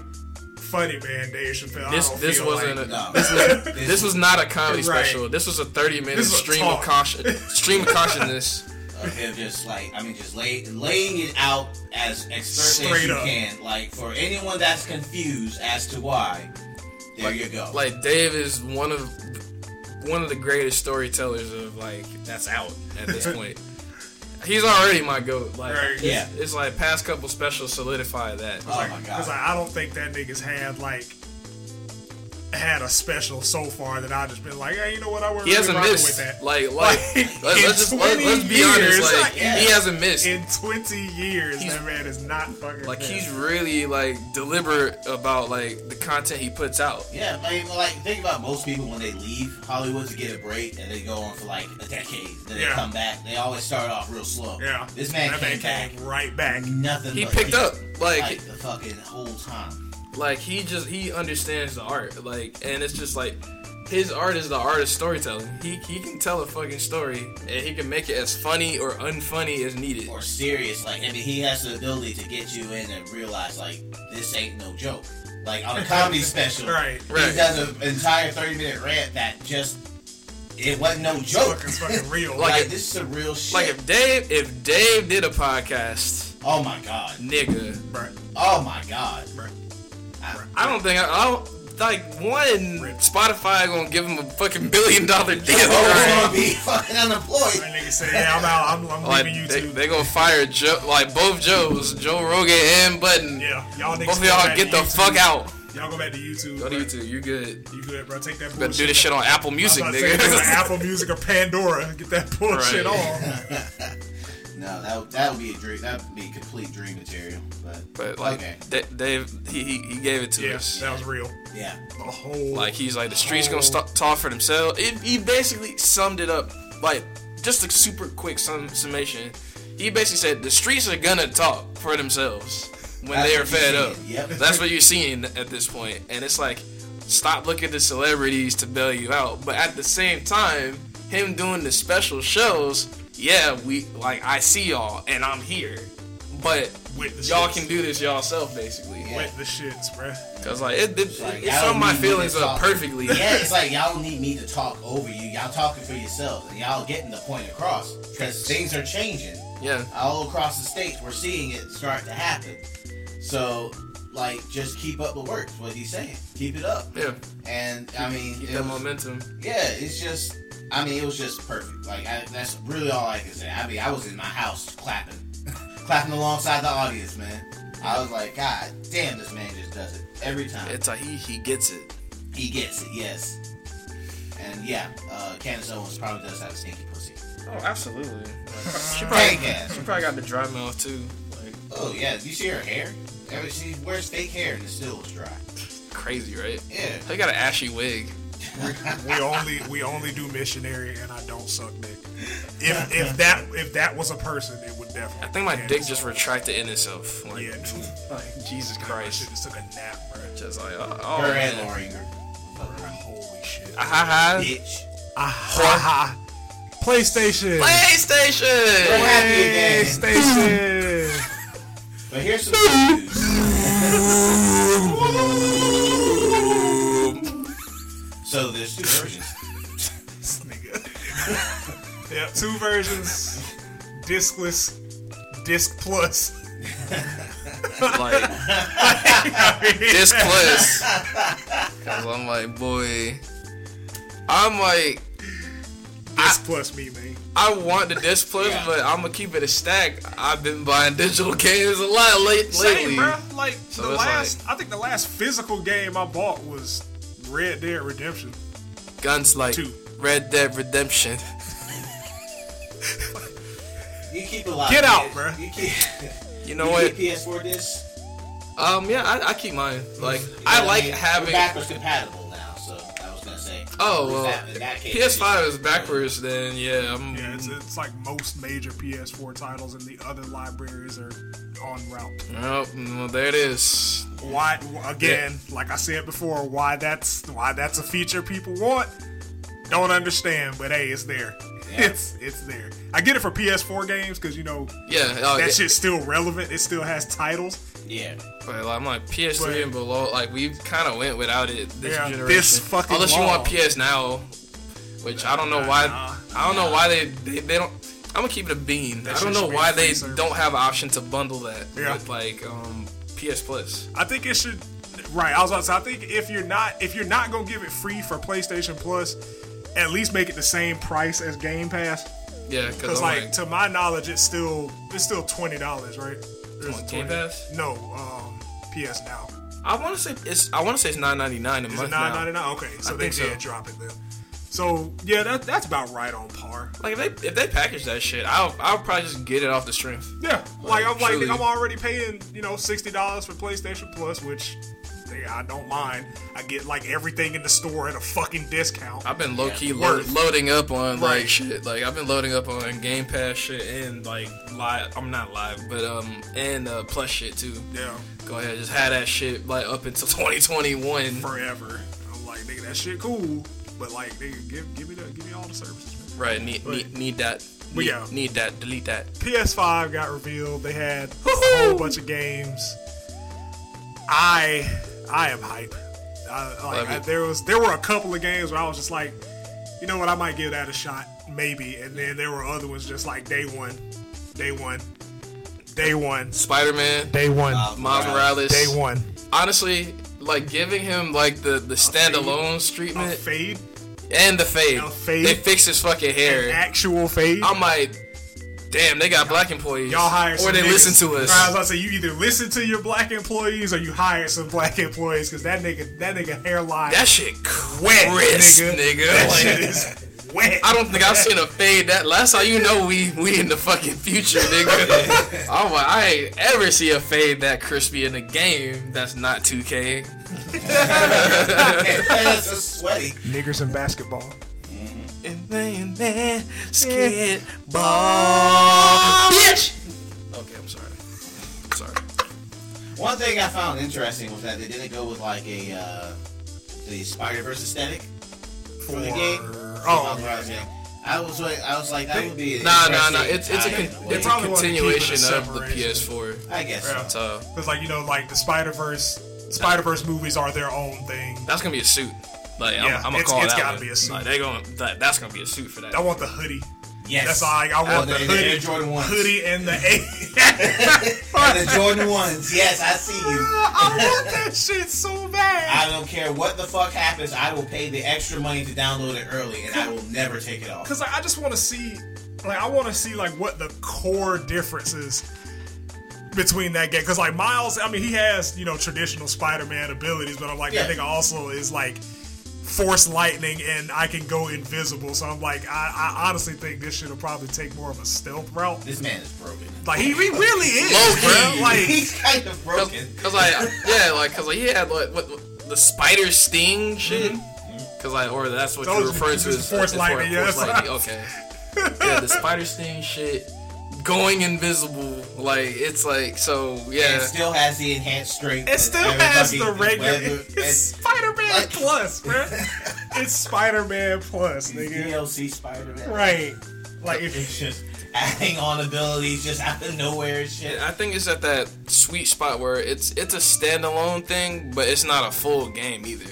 Speaker 1: funny, man. Dave Chappelle. I
Speaker 4: This
Speaker 1: don't
Speaker 4: this
Speaker 1: feel
Speaker 4: wasn't
Speaker 1: like-
Speaker 4: a,
Speaker 3: No,
Speaker 4: this was this was not a comedy
Speaker 1: Right.
Speaker 4: special. This was a thirty minute
Speaker 1: This was
Speaker 4: stream
Speaker 1: talk.
Speaker 4: of caution, stream of consciousness.
Speaker 3: of him just like I mean, just lay, laying it out as expertly as
Speaker 1: Straight
Speaker 3: you
Speaker 1: up.
Speaker 3: can. Like for anyone that's confused as to why, there you go.
Speaker 4: Like Dave is one of one of the greatest storytellers of like that's out at this point. He's already my goat. Like
Speaker 1: Right. Uh,
Speaker 4: it's,
Speaker 3: Yeah.
Speaker 4: it's like past couple specials solidify that.
Speaker 3: oh my
Speaker 1: Because
Speaker 3: god.
Speaker 1: I don't think that niggas had like had a special so far that I just been like, hey, you know what? I wasn't
Speaker 4: He
Speaker 1: really
Speaker 4: hasn't
Speaker 1: rocking
Speaker 4: missed.
Speaker 1: with that.
Speaker 4: Like, like,
Speaker 1: in
Speaker 4: let's, let's just let,
Speaker 1: 20
Speaker 4: let's be
Speaker 1: years,
Speaker 4: honest. Like,
Speaker 1: like, yeah.
Speaker 4: he hasn't missed.
Speaker 1: in 20 years,
Speaker 4: He's-
Speaker 1: that man is not fucking.
Speaker 4: like,
Speaker 1: dead.
Speaker 4: he's really like deliberate about like the content he puts out.
Speaker 3: Yeah, I mean, like think about most people when they leave Hollywood to get a break, and they go on for like a decade. Then
Speaker 1: Yeah.
Speaker 3: they come back. They always start off real slow.
Speaker 1: yeah,
Speaker 3: this man
Speaker 1: that
Speaker 3: came back.
Speaker 1: came right back.
Speaker 3: Nothing.
Speaker 4: He
Speaker 3: but
Speaker 4: picked
Speaker 3: heat,
Speaker 4: up.
Speaker 3: like
Speaker 4: Like,
Speaker 3: the fucking whole time.
Speaker 4: like he just he understands the art. Like, and it's just like his art is the art of storytelling. He he can tell a fucking story and he can make it as funny or unfunny as needed.
Speaker 3: Or serious. Like I mean, he has the ability to get you in and realize like this ain't no joke. Like on a comedy special,
Speaker 1: Right.
Speaker 3: He
Speaker 4: Right.
Speaker 3: does an entire thirty minute rant that just it wasn't no joke.
Speaker 1: Fucking, fucking real.
Speaker 3: Like,
Speaker 4: Like
Speaker 1: Like,
Speaker 4: it-
Speaker 3: this is a real shit.
Speaker 4: Like if Dave if Dave did a podcast,
Speaker 3: oh my god.
Speaker 4: nigga,
Speaker 1: bruh,
Speaker 3: Oh my god.
Speaker 1: bruh.
Speaker 4: I don't think I, I don't like one Spotify gonna give him a fucking billion dollar deal.
Speaker 1: Oh,
Speaker 3: We're
Speaker 4: right?
Speaker 3: gonna be fucking unemployed.
Speaker 1: That nigga said, yeah, I'm out. I'm, I'm
Speaker 4: Like
Speaker 1: leaving
Speaker 4: they,
Speaker 1: YouTube.
Speaker 4: they gonna fire Joe, like both Joes, Joe Rogan and Button.
Speaker 1: yeah, y'all niggas.
Speaker 4: Both of
Speaker 1: go
Speaker 4: y'all
Speaker 1: back
Speaker 4: get
Speaker 1: to
Speaker 4: the
Speaker 1: YouTube.
Speaker 4: fuck out.
Speaker 1: Y'all go back to YouTube.
Speaker 4: Go to
Speaker 1: bruh.
Speaker 4: YouTube. You good?
Speaker 1: You good, bro? Take that
Speaker 4: Better
Speaker 1: bullshit.
Speaker 4: do this shit on Apple Music,
Speaker 1: I was about to say, go to
Speaker 4: nigga.
Speaker 1: Apple Music or Pandora. Get that bullshit
Speaker 4: Right.
Speaker 1: off.
Speaker 3: No, that would- that would be a dream. That would be complete dream material. But,
Speaker 4: But like
Speaker 3: okay,
Speaker 4: Da- Dave, he, he he gave it to
Speaker 1: Yes,
Speaker 4: us.
Speaker 1: that was real.
Speaker 3: yeah,
Speaker 1: The whole
Speaker 4: Like he's like the streets
Speaker 1: Oh.
Speaker 4: gonna st- talk for themselves. It, he basically summed it up like just a super quick sum- summation. He basically said the streets are gonna talk for themselves when
Speaker 3: That's
Speaker 4: they are
Speaker 3: what you're
Speaker 4: fed
Speaker 3: seeing,
Speaker 4: up.
Speaker 3: yep.
Speaker 4: That's what you're seeing at this point, and it's like stop looking to celebrities to bail you out. But at the same time, him doing the special shows, yeah, we like I see y'all and I'm here, but
Speaker 1: with the
Speaker 4: y'all
Speaker 1: shits.
Speaker 4: can do this y'allself basically.
Speaker 3: Yeah.
Speaker 1: with the shits, bro.
Speaker 4: Cause like it, it,
Speaker 3: Like,
Speaker 4: it
Speaker 3: I don't
Speaker 4: summed my
Speaker 3: need
Speaker 4: feelings
Speaker 3: to
Speaker 4: up
Speaker 3: talk.
Speaker 4: perfectly.
Speaker 3: yeah. It's like y'all don't need me to talk over you. Y'all talking for yourselves, and y'all getting the point across because things are changing
Speaker 4: yeah.
Speaker 3: all across the states. We're seeing it start to happen. So, like, just keep up the work. is What he's saying, keep it up.
Speaker 4: Yeah,
Speaker 3: And I mean,
Speaker 4: keep
Speaker 3: it
Speaker 4: that
Speaker 3: was-
Speaker 4: momentum.
Speaker 3: yeah, it's just. I mean, it was just perfect. Like I, that's really all I can say. I mean, I was in my house clapping, clapping alongside the audience, man. I was like, God damn, this man just does it every time.
Speaker 4: It's like he he gets it.
Speaker 3: he gets it, yes. And yeah, uh, Candace Owens probably does have a stinky pussy.
Speaker 4: Oh, absolutely. she
Speaker 3: Fake
Speaker 4: probably
Speaker 3: ass.
Speaker 4: she probably got the dry mouth too. Like
Speaker 3: Oh yeah, you see her hair? I mean, she wears fake hair and it still looks dry.
Speaker 4: crazy, right?
Speaker 3: Yeah.
Speaker 4: They got an ashy wig.
Speaker 1: We only we only do missionary, and I don't suck dick. If if that if that was a person, it would definitely.
Speaker 4: I think my
Speaker 1: yeah,
Speaker 4: dick just retracted in itself. Like,
Speaker 1: Yeah,
Speaker 4: like, Jesus
Speaker 1: shit
Speaker 4: Christ.
Speaker 1: just took a nap, bro.
Speaker 4: Just like uh,
Speaker 3: Her
Speaker 4: oh
Speaker 3: and
Speaker 4: man.
Speaker 3: Laura Ingraham. Fuck her.
Speaker 1: Holy shit.
Speaker 4: Ah, ha ha.
Speaker 3: Bitch.
Speaker 1: Ah, PlayStation.
Speaker 4: PlayStation.
Speaker 3: We're happy again.
Speaker 1: PlayStation.
Speaker 3: But here's some good news. so there's two versions.
Speaker 1: This nigga. yeah, two versions. Discless. Disc plus.
Speaker 4: like this plus. Cause I'm like, boy, I'm like,
Speaker 1: Disc plus me, man.
Speaker 4: I want the disc plus,
Speaker 3: Yeah.
Speaker 4: but I'm gonna keep it a stack. I've been buying digital games a lot late lately.
Speaker 1: Same, bro. Like
Speaker 4: So
Speaker 1: the
Speaker 4: it's
Speaker 1: last, I think the last physical game I bought was Red Dead Redemption.
Speaker 4: Guns like
Speaker 1: Two.
Speaker 4: Red Dead Redemption.
Speaker 3: You keep it alive.
Speaker 1: Get out,
Speaker 3: man.
Speaker 1: bruh.
Speaker 3: You keep,
Speaker 4: You know what?
Speaker 3: you keep PS4 discs.
Speaker 4: Um, yeah, I, I keep mine. Like,
Speaker 3: You know
Speaker 4: I
Speaker 3: what
Speaker 4: like
Speaker 3: mean?
Speaker 4: having.
Speaker 3: We're backwards compatible now, so I was gonna say.
Speaker 4: Oh,
Speaker 3: At least
Speaker 4: well,
Speaker 3: that- in that case,
Speaker 4: PS5 is backwards. Then yeah, I'm.
Speaker 1: Yeah, it's, it's like most major PS4 titles, and the other libraries are on route.
Speaker 4: Oh, well, there it is.
Speaker 1: Why? Again, like I said before, why that's why that's a feature people want. Don't understand, but hey, it's there.
Speaker 3: Yeah.
Speaker 1: It's it's there. I get it for PS4 games because you know
Speaker 4: Yeah, oh,
Speaker 1: that
Speaker 4: yeah.
Speaker 1: shit's still relevant. It still has titles.
Speaker 3: Yeah.
Speaker 4: But like, I'm like PS3
Speaker 1: Right.
Speaker 4: and below. Like we kind of went without it this
Speaker 1: Yeah,
Speaker 4: generation.
Speaker 1: this fucking
Speaker 4: Unless you want
Speaker 1: long.
Speaker 4: PS now, which I don't know why.
Speaker 1: nah,
Speaker 4: I don't know why they, they they don't. I'm gonna keep it a bean.
Speaker 1: That
Speaker 4: I don't
Speaker 1: shit
Speaker 4: know
Speaker 1: should be
Speaker 4: why
Speaker 1: a free
Speaker 4: they
Speaker 1: service.
Speaker 4: don't have an option to bundle that
Speaker 1: Yeah.
Speaker 4: with like um, PS Plus.
Speaker 1: I think it should. Right, I was about to say. I think if you're not if you're not gonna give it free for PlayStation Plus, at least make it the same price as Game Pass.
Speaker 4: Yeah, because
Speaker 1: Because
Speaker 4: I'm
Speaker 1: like,
Speaker 4: like,
Speaker 1: to my knowledge, it's still it's still twenty dollars, right? It's
Speaker 4: Game Pass?
Speaker 1: No, um, PS Now.
Speaker 4: I want to say it's I want to say it's nine ninety nine a
Speaker 1: Is it
Speaker 4: month
Speaker 1: nine
Speaker 4: now.
Speaker 1: ninety nine? Okay, so
Speaker 4: I
Speaker 1: they
Speaker 4: think so.
Speaker 1: did drop it then. So yeah, that, that's about right on par.
Speaker 4: Like if they if they package that shit, I'll I'll probably just get it off the strength.
Speaker 1: Yeah, like I'm like
Speaker 4: truly.
Speaker 1: nigga, I'm already paying you know sixty dollars for PlayStation Plus, which nigga, I don't mind. I get like everything in the store at a fucking discount.
Speaker 4: I've been low key lo-
Speaker 1: worth.
Speaker 4: loading up on
Speaker 1: Right.
Speaker 4: like shit. Like I've been loading up on Game Pass shit and like live. I'm not live, but um and uh, plus shit too.
Speaker 1: yeah,
Speaker 4: Go ahead, just had that shit like up until 2021.
Speaker 1: forever. I'm like nigga, that shit cool, but like nigga, give give me the, give me all the services. man.
Speaker 4: Right, need need, need that.
Speaker 1: But
Speaker 4: Need,
Speaker 1: yeah.
Speaker 4: need that. Delete that.
Speaker 1: PS5 got revealed. They had a whole bunch of games. I I am hype. I, like,
Speaker 4: Love
Speaker 1: I-
Speaker 4: it.
Speaker 1: there was there were a couple of games where I was just like, you know what, I might give that a shot, maybe. And then there were other ones just like day one, day one, day one,
Speaker 4: Spider Man,
Speaker 1: day one,
Speaker 4: Miles Morales.
Speaker 1: day one.
Speaker 4: Honestly, like giving him like the the standalone
Speaker 1: A
Speaker 4: treatment
Speaker 1: fade,
Speaker 4: and the fade.
Speaker 1: a fade.
Speaker 4: They fixed his fucking hair.
Speaker 1: actual fade.
Speaker 4: I'm like, damn, they got black employees.
Speaker 1: Y'all hire some
Speaker 4: or they
Speaker 1: niggas.
Speaker 4: listen to
Speaker 1: Nah, I was
Speaker 4: us.
Speaker 1: about to say you either listen to your black employees or you hire some black employees because that nigga that nigga hairline
Speaker 4: That shit
Speaker 1: wet,
Speaker 4: crisp,
Speaker 1: nigga.
Speaker 4: nigga.
Speaker 1: That
Speaker 4: Like,
Speaker 1: shit is wet.
Speaker 4: I don't think I've seen a fade that. Last time you know we we in the fucking future, nigga. I'm like, I ain't ever see a fade that crispy in a game that's not 2K.
Speaker 3: That's just sweaty.
Speaker 1: Niggers in basketball.
Speaker 4: And then, then, skid ball, bitch. Okay, I'm sorry. Sorry.
Speaker 3: One thing I found interesting was that they didn't go with like a uh, the Spider Verse aesthetic for the game.
Speaker 1: oh,
Speaker 3: Miles
Speaker 1: yeah,
Speaker 3: Morales game. I was like, I was like, that would be
Speaker 4: Nah, nah, nah.
Speaker 3: interesting
Speaker 4: It's it's a
Speaker 3: tie-in
Speaker 4: con-
Speaker 3: in a
Speaker 4: it's a
Speaker 3: way.
Speaker 1: probably wanna keep it a
Speaker 4: continuation of the
Speaker 1: separation.
Speaker 4: PS4.
Speaker 3: I guess.
Speaker 1: Yeah.
Speaker 3: so.
Speaker 4: So
Speaker 1: because like you know, like the Spider Verse, Spider Verse movies are their own thing.
Speaker 4: that's gonna be a suit. Like I'm,
Speaker 1: Yeah,
Speaker 4: I'm gonna
Speaker 1: it's-
Speaker 4: call
Speaker 1: it's
Speaker 4: that
Speaker 1: gotta
Speaker 4: one.
Speaker 1: be a suit.
Speaker 4: Like, they gonna that, that's gonna be a suit for that.
Speaker 1: I want the hoodie.
Speaker 3: Yes.
Speaker 1: That's all I, I want
Speaker 3: the-
Speaker 1: the
Speaker 3: the Air
Speaker 1: hoodie,
Speaker 3: Jordan ones.
Speaker 1: hoodie and the A.
Speaker 3: The Jordan ones. Yes, I see you.
Speaker 1: I want that shit so bad.
Speaker 3: I don't care what the fuck happens. I will pay the extra money to download it early, and I will never take it off.
Speaker 1: Cause like, I just want to see, like I want to see like what the core differences between that game. Cause like Miles, I mean he has you know traditional Spider-Man abilities, but I'm like that
Speaker 3: Yeah.
Speaker 1: nigga also is like force lightning and I can go invisible. So I'm like I, I honestly think this shit will probably take more of a stealth route.
Speaker 3: This man is broken.
Speaker 1: Like he, he really is,
Speaker 4: Low-key.
Speaker 1: bro. Like
Speaker 3: He's kind of
Speaker 4: Cause,
Speaker 3: broken.
Speaker 4: 'cause, like yeah, like cause like he had like what, what the spider sting shit. Cause like or that's what
Speaker 1: Those-
Speaker 4: Mm-hmm. you refer
Speaker 1: this
Speaker 4: to
Speaker 1: is
Speaker 4: as
Speaker 1: force
Speaker 4: as
Speaker 1: lightning, yeah,
Speaker 4: force
Speaker 1: that's
Speaker 4: lightning. Okay. yeah, the spider sting shit, going invisible. Like it's like so
Speaker 3: It
Speaker 4: yeah.
Speaker 3: still has the enhanced strength.
Speaker 1: it
Speaker 3: of
Speaker 1: still has the
Speaker 3: everybody,
Speaker 1: regular.
Speaker 3: weather,
Speaker 1: It's Spider-Man
Speaker 3: like-
Speaker 1: Plus, bro. it's Spider-Man Plus,
Speaker 3: and
Speaker 1: nigga.
Speaker 3: DLC Spider-Man.
Speaker 1: Right. Like if
Speaker 3: It's just adding on abilities just out of nowhere and shit.
Speaker 4: I think it's at that sweet spot where it's it's a standalone thing, but it's not a full game either.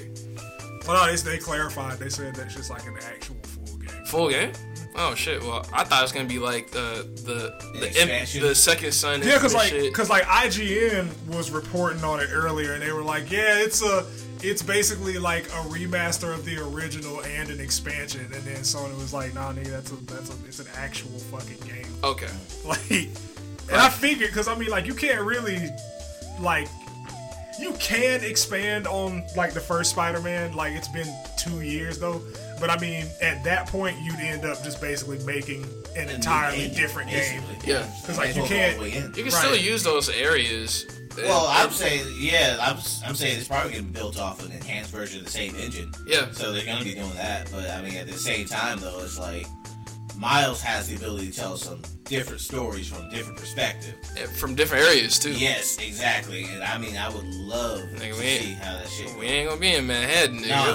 Speaker 1: Well, Oh, no, they, they clarified. They said that's just like an actual full game.
Speaker 4: Full game? Oh shit! Well, I thought it was gonna be like the the the, imp,
Speaker 3: Expansion.
Speaker 4: the second son.
Speaker 1: Yeah, because like,
Speaker 4: shit.
Speaker 1: because like IGN was reporting on it earlier, and they were like, "Yeah, it's a, it's basically like a remaster of the original and an expansion." And then Sony was like, "Nah, nigga, that's a, that's a, it's an actual fucking game."
Speaker 4: okay,
Speaker 1: Like, and I figured because I mean, like, you can't really, like, you can expand on like the first Spider-Man. Like, it's been two years though, but I mean, at that point, you'd end up just basically making an entirely
Speaker 3: Endgame,
Speaker 1: different game.
Speaker 3: basically.
Speaker 4: yeah.
Speaker 1: Because like, you
Speaker 3: Well,
Speaker 1: can't.
Speaker 3: all the way in.
Speaker 4: You can
Speaker 1: Right.
Speaker 4: still use those areas.
Speaker 3: Well,
Speaker 4: Uh,
Speaker 3: I'm saying, yeah, I'm, I'm saying it's probably going to be built off an enhanced version of the same engine.
Speaker 4: Yeah.
Speaker 3: So they're going to be doing that. But I mean, at the same time, though, it's like Miles has the ability to tell some different stories from different perspective.
Speaker 4: eh, from different areas too.
Speaker 3: Yes, exactly. And I mean, I would love
Speaker 4: Nigga,
Speaker 3: to
Speaker 4: we ain't-
Speaker 3: see how that shit
Speaker 4: We
Speaker 3: works.
Speaker 4: ain't gonna be in Manhattan, nigga.
Speaker 3: No,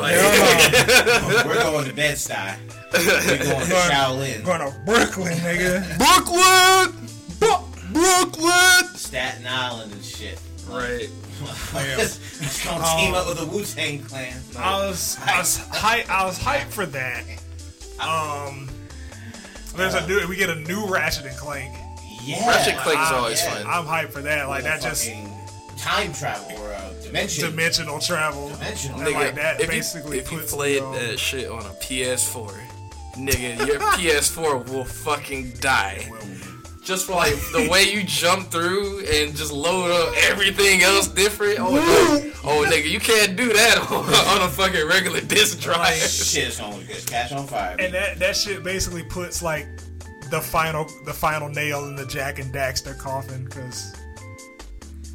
Speaker 4: like,
Speaker 3: We're going to Bed Stuy. We're going to
Speaker 1: Right.
Speaker 3: Shaolin,
Speaker 1: Going to Brooklyn, nigga.
Speaker 4: Brooklyn, Bu- Brooklyn.
Speaker 3: Staten Island, and shit.
Speaker 4: Right.
Speaker 3: It's going to
Speaker 1: Um,
Speaker 3: team up with the Wu Tang Clan.
Speaker 1: I was I was hype. I was hyped for that. Um, there's a new. We get a new Ratchet and Clank.
Speaker 3: Yeah.
Speaker 4: Ratchet Clank is
Speaker 1: I'm-
Speaker 4: always
Speaker 3: yeah.
Speaker 4: fun.
Speaker 1: I'm hyped for that. Like that just
Speaker 3: just time travel or uh, dimension.
Speaker 1: dimensional travel.
Speaker 3: Dimensional.
Speaker 1: And
Speaker 4: Nigga,
Speaker 1: like that
Speaker 4: if
Speaker 1: basically
Speaker 4: you, if you
Speaker 1: puts
Speaker 4: played
Speaker 1: me on-
Speaker 4: that shit on a PS4, nigga, your PS4 will fucking die.
Speaker 1: Well,
Speaker 4: Just for like the way you jump through and just load up everything else different. Oh, nigga, oh, nigga you can't do that on, on a fucking regular disc drive.
Speaker 3: Shit, it's gonna get catch on fire.
Speaker 1: And that that shit basically puts like the final the final nail in the Jack and Daxter coffin because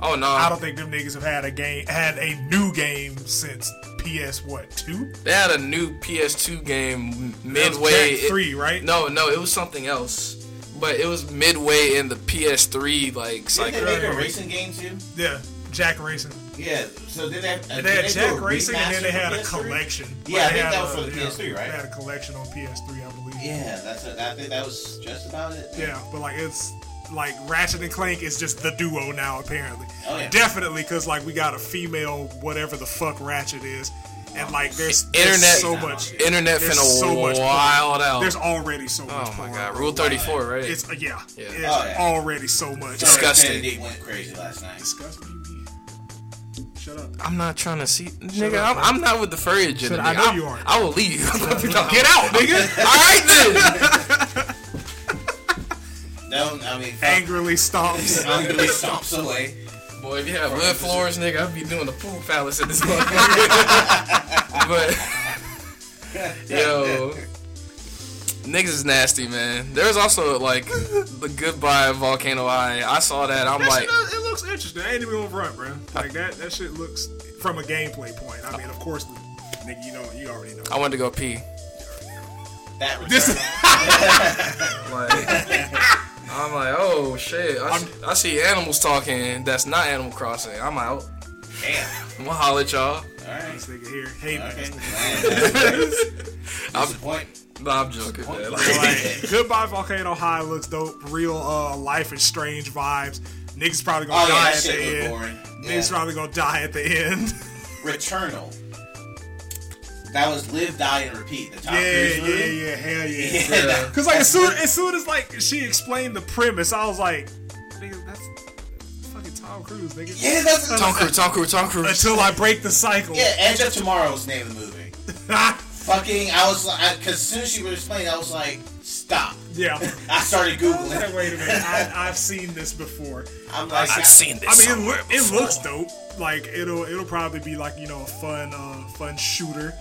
Speaker 4: Oh no,
Speaker 1: I don't think them niggas have had a game had a new game since PS what two?
Speaker 4: they had a new PS2 game
Speaker 1: That was
Speaker 4: midway.
Speaker 1: Jack
Speaker 4: it-
Speaker 1: three, right?
Speaker 4: No, no, it was something else. But it was midway in the PS3 like
Speaker 3: Did
Speaker 4: cycle.
Speaker 3: they make a racing game too?
Speaker 1: Yeah, Jack Racing.
Speaker 3: Yeah. So did they? uh, did
Speaker 1: They had
Speaker 3: do
Speaker 1: Jack
Speaker 3: a
Speaker 1: Racing and then
Speaker 3: remaster
Speaker 1: they
Speaker 3: for
Speaker 1: had a
Speaker 3: PS3?
Speaker 1: collection.
Speaker 3: Yeah, I
Speaker 1: They
Speaker 3: think
Speaker 1: had
Speaker 3: that was
Speaker 1: a-
Speaker 3: for the
Speaker 1: yeah,
Speaker 3: PS3, right?
Speaker 1: They had a collection on PS3, I believe.
Speaker 3: Yeah, that's what, I think that was just about it.
Speaker 1: Yeah, but like it's like Ratchet and Clank is just the duo now apparently.
Speaker 3: Oh, yeah.
Speaker 1: Definitely because like we got a female whatever the fuck Ratchet is, and like there's, there's
Speaker 4: Internet,
Speaker 1: so much.
Speaker 4: internet
Speaker 1: There's
Speaker 4: finna
Speaker 1: so much porn.
Speaker 4: wild out.
Speaker 1: There's already so much.
Speaker 4: oh my
Speaker 1: porn.
Speaker 4: god, Rule 34, right?
Speaker 1: It's uh, yeah.
Speaker 4: Yeah.
Speaker 1: It's
Speaker 3: Oh, yeah.
Speaker 1: already so much.
Speaker 4: Disgust- Disgusting.
Speaker 3: Kennedy went crazy last night.
Speaker 1: Disgust me. Shut up.
Speaker 4: I'm not trying to see, nigga.
Speaker 1: up,
Speaker 4: I'm, I'm not with the furry agenda.
Speaker 1: Shut up, I
Speaker 4: nigga.
Speaker 1: know
Speaker 4: I'm-
Speaker 1: you aren't.
Speaker 4: I will leave.
Speaker 1: Get out, nigga!
Speaker 4: All right then.
Speaker 3: No, I mean, fuck.
Speaker 1: Angrily stomps.
Speaker 3: Angrily stomps away.
Speaker 4: Boy, if you had wood floors, nigga, I'd be doing the pool palace at this motherfucker. but yo, niggas is nasty, man. There's also like the goodbye Volcano High. I saw that. I'm
Speaker 1: That
Speaker 4: like,
Speaker 1: shit does- it looks interesting. I ain't even gonna front, bro. Like that, that shit looks from a gameplay point. I mean, of course, nigga, you know, you already know.
Speaker 4: I wanted to go pee.
Speaker 3: That
Speaker 1: This-
Speaker 3: return.
Speaker 4: Like, I'm like, oh shit. I, see, I see animals talking. That's not Animal Crossing. I'm out.
Speaker 3: Damn.
Speaker 4: I'm gonna holler at y'all.
Speaker 3: All right.
Speaker 1: This nigga here, hey, man,
Speaker 3: Okay.
Speaker 1: this
Speaker 3: That's the point.
Speaker 4: No, I'm joking, man. Like,
Speaker 1: nigga- like, Goodbye Volcano High looks dope. Real uh, life is strange vibes. Niggas probably gonna
Speaker 3: Oh, yeah,
Speaker 1: die
Speaker 3: that
Speaker 1: at the
Speaker 3: shit look
Speaker 1: end.
Speaker 3: boring.
Speaker 1: Niggas
Speaker 3: Yeah.
Speaker 1: probably gonna die at the end.
Speaker 3: Returnal. That was live, die, and repeat. The top
Speaker 1: yeah,
Speaker 3: three.
Speaker 1: yeah, yeah, hell yeah.
Speaker 3: Yeah.
Speaker 4: Yeah.
Speaker 1: Cause like as soon as soon as like she explained the premise, I was like, nigga, that's fucking Tom Cruise, nigga.
Speaker 3: Yeah, that's
Speaker 4: Tom Cruise, Tom Cruise, Tom Cruise.
Speaker 1: Until I break the cycle. Ah,
Speaker 3: yeah. Edge of Tomorrow's the name of the movie. Fucking, I was like, because as soon as she was explaining, I was like, stop.
Speaker 1: yeah.
Speaker 3: I started
Speaker 1: Hey,
Speaker 3: googling.
Speaker 1: Wait a minute, I, I've seen this before.
Speaker 3: I'm like,
Speaker 4: I've seen this.
Speaker 1: I mean, it,
Speaker 4: somewhere
Speaker 1: loo- it
Speaker 4: before.
Speaker 1: looks dope. Like it'll it'll probably be like you know a fun uh, fun shooter.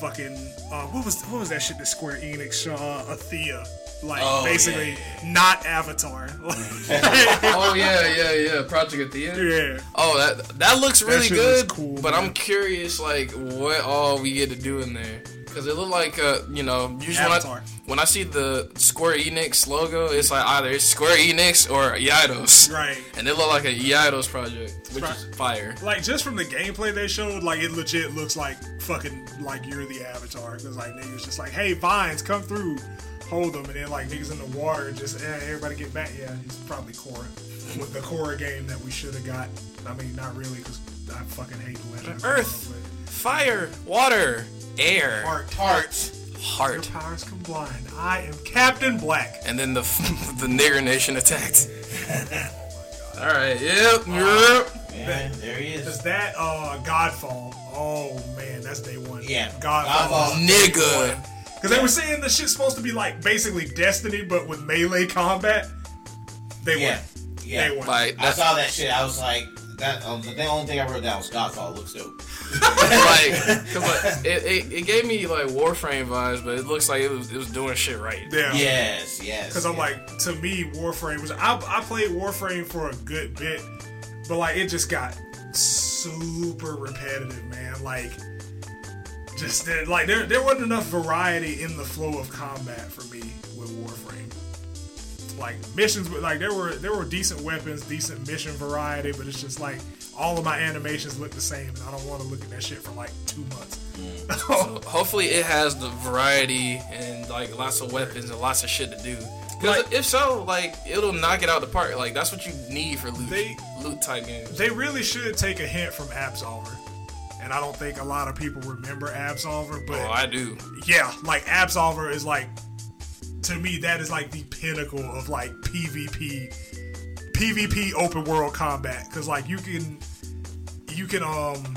Speaker 1: Fucking uh, what was what was that shit that Square Enix shot? Uh, Athea. Like
Speaker 3: Oh,
Speaker 1: basically
Speaker 3: yeah,
Speaker 1: not Avatar.
Speaker 4: Oh yeah, yeah, yeah. Project Athena.
Speaker 1: yeah.
Speaker 4: Oh, that that looks really
Speaker 1: shit looks
Speaker 4: good.
Speaker 1: cool,
Speaker 4: but
Speaker 1: man.
Speaker 4: I'm curious, like, what all we get to do in there? Because it looked like, uh, you know, usually when I,
Speaker 1: Avatar.
Speaker 4: when I see the Square Enix logo, it's like either it's Square Enix or Eidos.
Speaker 1: Right.
Speaker 4: And it looked like a Eidos project, which
Speaker 1: Right.
Speaker 4: is fire.
Speaker 1: Like just from the gameplay they showed, like it legit looks like fucking like you're the Avatar because like niggas just like, hey vines, come through, hold them, and then like niggas in the water, just eh, everybody get back. Yeah, it's probably Korra with the Korra game that we should have got. I mean, not really because I fucking hate Legend. of
Speaker 4: Earth.
Speaker 1: Korra,
Speaker 4: Fire, water, air,
Speaker 1: but Heart. Your
Speaker 3: Heart.
Speaker 4: heart.
Speaker 1: powers combined. I am Captain Black.
Speaker 4: And then the the nigger nation attacked. All right. Yep. Yep.
Speaker 3: Yeah, there he
Speaker 1: Is
Speaker 3: is.
Speaker 1: that uh Godfall? Oh man, that's day one.
Speaker 3: Yeah.
Speaker 1: Godfall.
Speaker 3: Godfall.
Speaker 4: Nigga.
Speaker 1: Because they were saying the shit's supposed to be like basically Destiny, but with melee combat. They
Speaker 3: Yeah.
Speaker 1: won.
Speaker 3: Yeah.
Speaker 1: They won.
Speaker 4: Like
Speaker 3: I
Speaker 4: that's
Speaker 3: saw that shit. I was like, that. Um, the only thing I wrote down was Godfall. Looks dope.
Speaker 4: like, 'cause, like, it, it, it gave me like Warframe vibes, but it looks like it was it was doing shit right.
Speaker 1: Yeah.
Speaker 3: Yes, yes.
Speaker 1: Because I'm like, to me, Warframe was. I, I played Warframe for a good bit, but like it just got super repetitive, man. Like, just there, like there there wasn't enough variety in the flow of combat for me with Warframe. Like missions, were- like there were there were decent weapons, decent mission variety, but it's just like all of my animations look the same, and I don't want to look at that shit for like two months.
Speaker 4: So hopefully, it has the variety and like lots of weapons and lots of shit to do. 'Cause
Speaker 1: Like-
Speaker 4: if so, like it'll knock it out the park. Like that's what you need for loot
Speaker 1: They-
Speaker 4: loot type games.
Speaker 1: They really should take a hint from Absolver. And I don't think a lot of people remember Absolver, but
Speaker 4: Oh, I do.
Speaker 1: yeah, like Absolver is like to me that is like the pinnacle of like PvP PvP open world combat cuz like you can you can um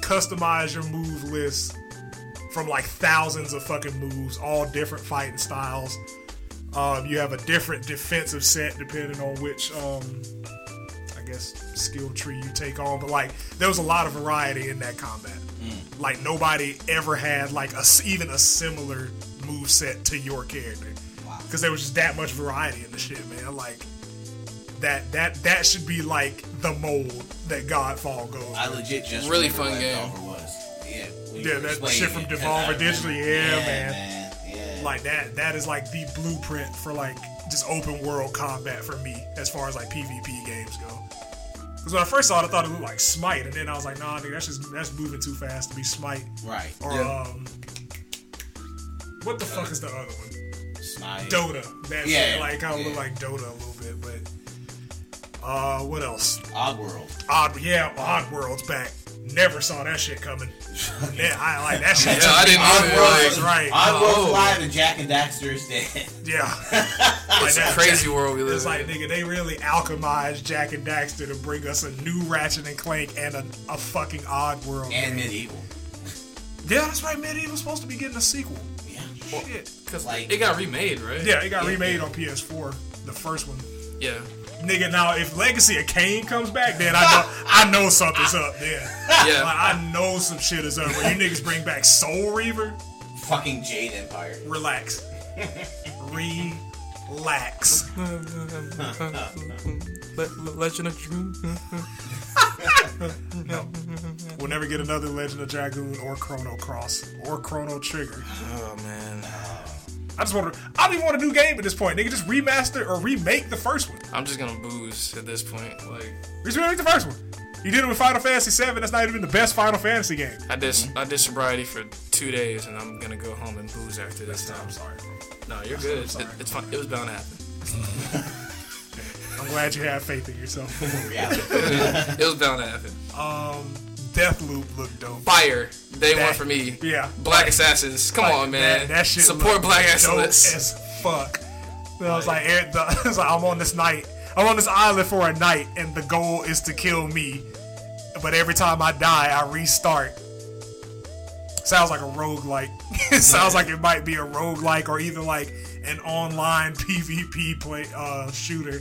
Speaker 1: customize your move list from like thousands of fucking moves, all different fighting styles. Um, you have a different defensive set depending on which, um, I guess, skill tree you take on. But like, there was a lot of variety in that combat. Like nobody ever had like a s even a similar move set to your character because there was just that much variety in the shit, man. Like that that that should be like the mold that Godfall goes.
Speaker 3: I
Speaker 1: with.
Speaker 3: legit just
Speaker 4: Really
Speaker 3: remember
Speaker 4: fun
Speaker 3: what
Speaker 4: game.
Speaker 3: Devolver Was. Yeah, when
Speaker 1: Yeah,
Speaker 3: you
Speaker 1: that
Speaker 3: explained
Speaker 1: shit from
Speaker 3: it, 'cause I
Speaker 1: Devolver
Speaker 3: remember-
Speaker 1: Digital, yeah, man.
Speaker 3: Yeah.
Speaker 1: like that that is like the blueprint for like just open world combat for me as far as like PvP games go. Because when I first saw it, I thought it looked like Smite, and then I was like, nah, nigga, that's just that's moving too fast to be Smite.
Speaker 3: right.
Speaker 1: Or
Speaker 4: Yeah.
Speaker 1: um, what the fuck is the other one?
Speaker 3: Smite.
Speaker 1: Dota. That
Speaker 3: Yeah,
Speaker 1: shit, like kind of
Speaker 3: yeah.
Speaker 1: look like Dota a little bit, but uh, what else?
Speaker 3: Oddworld.
Speaker 1: Odd, yeah, Oddworld's back. Never saw that shit coming. yeah, I like that shit.
Speaker 4: Yeah, I didn't know it.
Speaker 1: Oddworld's
Speaker 4: Like,
Speaker 1: right.
Speaker 3: Oddworld's
Speaker 4: Oh.
Speaker 3: live and Jack and Daxter is dead.
Speaker 1: yeah, Like that-
Speaker 4: Crazy world we live
Speaker 1: It's like,
Speaker 4: in.
Speaker 1: nigga, they really alchemized Jack and Daxter to bring us a new Ratchet and Clank and a, a fucking odd world.
Speaker 3: and
Speaker 1: game.
Speaker 3: medieval.
Speaker 1: Yeah, that's right, Medieval was supposed to be getting a sequel.
Speaker 3: Yeah.
Speaker 1: Shit.
Speaker 4: Because
Speaker 3: like-
Speaker 4: it got remade, right?
Speaker 1: Yeah, it got remade on PS4, the first one.
Speaker 4: Yeah.
Speaker 1: Nigga, now if Legacy of Kane comes back, then I know I know something's up then. Like,
Speaker 4: Yeah.
Speaker 1: I know some shit is up. When you niggas bring back Soul Reaver,
Speaker 3: Fucking Jade Empire.
Speaker 1: relax. Relax.
Speaker 4: Le- Legend of Drew.
Speaker 1: No. We'll never get another Legend of Dragoon or Chrono Cross or Chrono Trigger.
Speaker 4: Oh man.
Speaker 1: I just want to. I don't even want a new game at this point, nigga. Just remaster or remake the first one.
Speaker 4: I'm just gonna booze at this point. Like
Speaker 1: Just remake the first one. You did it with Final Fantasy VII. That's not even the best Final Fantasy game.
Speaker 4: I did
Speaker 1: Mm-hmm.
Speaker 4: I did sobriety for two days, and I'm gonna go home and booze after this. Time.
Speaker 1: I'm sorry. Bro.
Speaker 4: No, you're good. It, it's fine. It was bound to happen.
Speaker 1: I'm glad you have faith in yourself.
Speaker 3: Yeah.
Speaker 4: It was bound to happen.
Speaker 1: Deathloop looked dope.
Speaker 4: Fire day
Speaker 1: That-
Speaker 4: one for me.
Speaker 1: yeah.
Speaker 4: Black assassins. Come on, man.
Speaker 1: That, that shit
Speaker 4: Support
Speaker 1: looked
Speaker 4: black
Speaker 1: dope
Speaker 4: assassins.
Speaker 1: as fuck. And I was like, Eric, the, I was like, I'm on this night. I'm on this island for a night, and the goal is to kill me. But every time I die, I restart. Sounds like a roguelike. it sounds like it might be a roguelike or even like an online PvP play uh, shooter,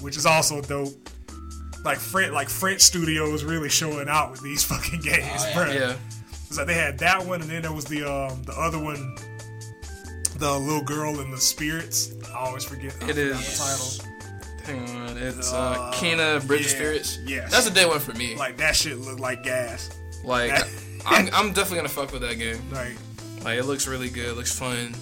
Speaker 1: which is also dope. Like French, like French studios really showing out with these fucking games,
Speaker 3: yeah.
Speaker 1: bro.
Speaker 4: Oh, Yeah.
Speaker 1: It's like they had that one, and then there was the um, the other one, the little girl and the spirits. I always forget. I
Speaker 4: It
Speaker 1: forgot
Speaker 4: is.
Speaker 1: the title.
Speaker 4: Hang on. It's uh, Kena Bridge of
Speaker 1: yeah,
Speaker 4: Spirits.
Speaker 1: yes.
Speaker 4: That's a day one for me. Like,
Speaker 1: Like that shit looked like gas.
Speaker 4: I'm, I'm definitely gonna fuck with that game.
Speaker 1: Like
Speaker 4: Like it looks really good. It looks fun.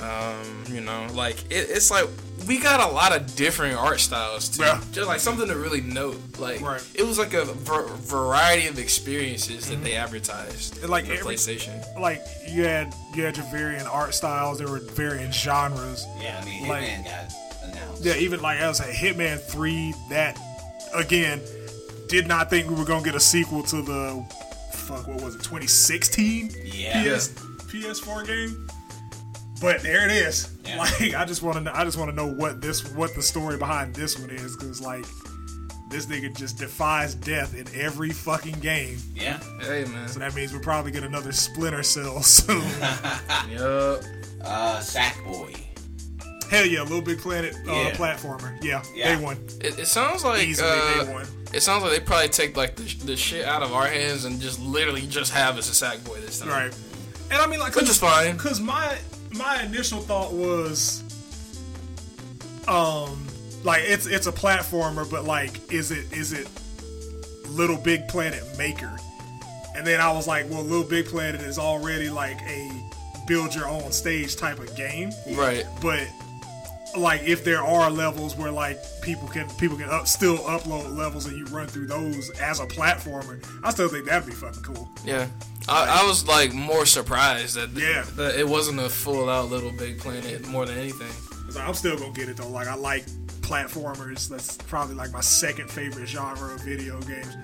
Speaker 4: Um, you know, like it, it's like we got a lot of different art styles too.
Speaker 1: Yeah.
Speaker 4: Just like something to really note. Like
Speaker 1: Right.
Speaker 4: it was like a ver- variety of experiences that they advertised.
Speaker 1: Mm-hmm. And, like,
Speaker 4: for
Speaker 1: every-
Speaker 4: PlayStation.
Speaker 1: like you had you had your varying art styles. There were varying genres.
Speaker 3: yeah, I mean,
Speaker 1: Like-
Speaker 3: Hitman got announced.
Speaker 1: Yeah, even like I was saying, Hitman Three. That again, did not think we were gonna get a sequel to the fuck. What was it? 2016.
Speaker 3: Yeah.
Speaker 1: PS PS4 game. But there it is.
Speaker 3: Yeah.
Speaker 1: Like I just want to I just want to know what this what the story behind this one is cuz like this nigga just defies death in every fucking game.
Speaker 3: Yeah.
Speaker 4: Hey man.
Speaker 1: So that means we'll probably get another Splinter Cell soon.
Speaker 4: Yup.
Speaker 3: Uh, Sackboy.
Speaker 1: Hell yeah, Little Big Planet uh,
Speaker 3: Yeah.
Speaker 1: platformer. Yeah,
Speaker 3: Yeah.
Speaker 1: day one.
Speaker 4: It, it sounds like
Speaker 1: Easily
Speaker 4: uh,
Speaker 1: day one.
Speaker 4: It sounds like they probably take like the, the shit out of our hands and just literally just have us a sack boy this time.
Speaker 1: Right. And I mean like
Speaker 4: Which is fine.
Speaker 1: Cause my my initial thought was, um, like it's it's a platformer, but like, is it is it Little Big Planet Maker? And then I was like, well, Little Big Planet is already like a build your own stage type of game,
Speaker 4: Right.
Speaker 1: but like if there are levels where like people can people can up still upload levels and you run through those as a platformer, I still think that'd be fucking cool.
Speaker 4: Yeah. I, I was like more surprised that,
Speaker 1: Yeah.
Speaker 4: that it wasn't a full out little big planet more than anything.
Speaker 1: 'Cause I'm still gonna get it though. Like I like platformers. That's probably like my second favorite genre of video games,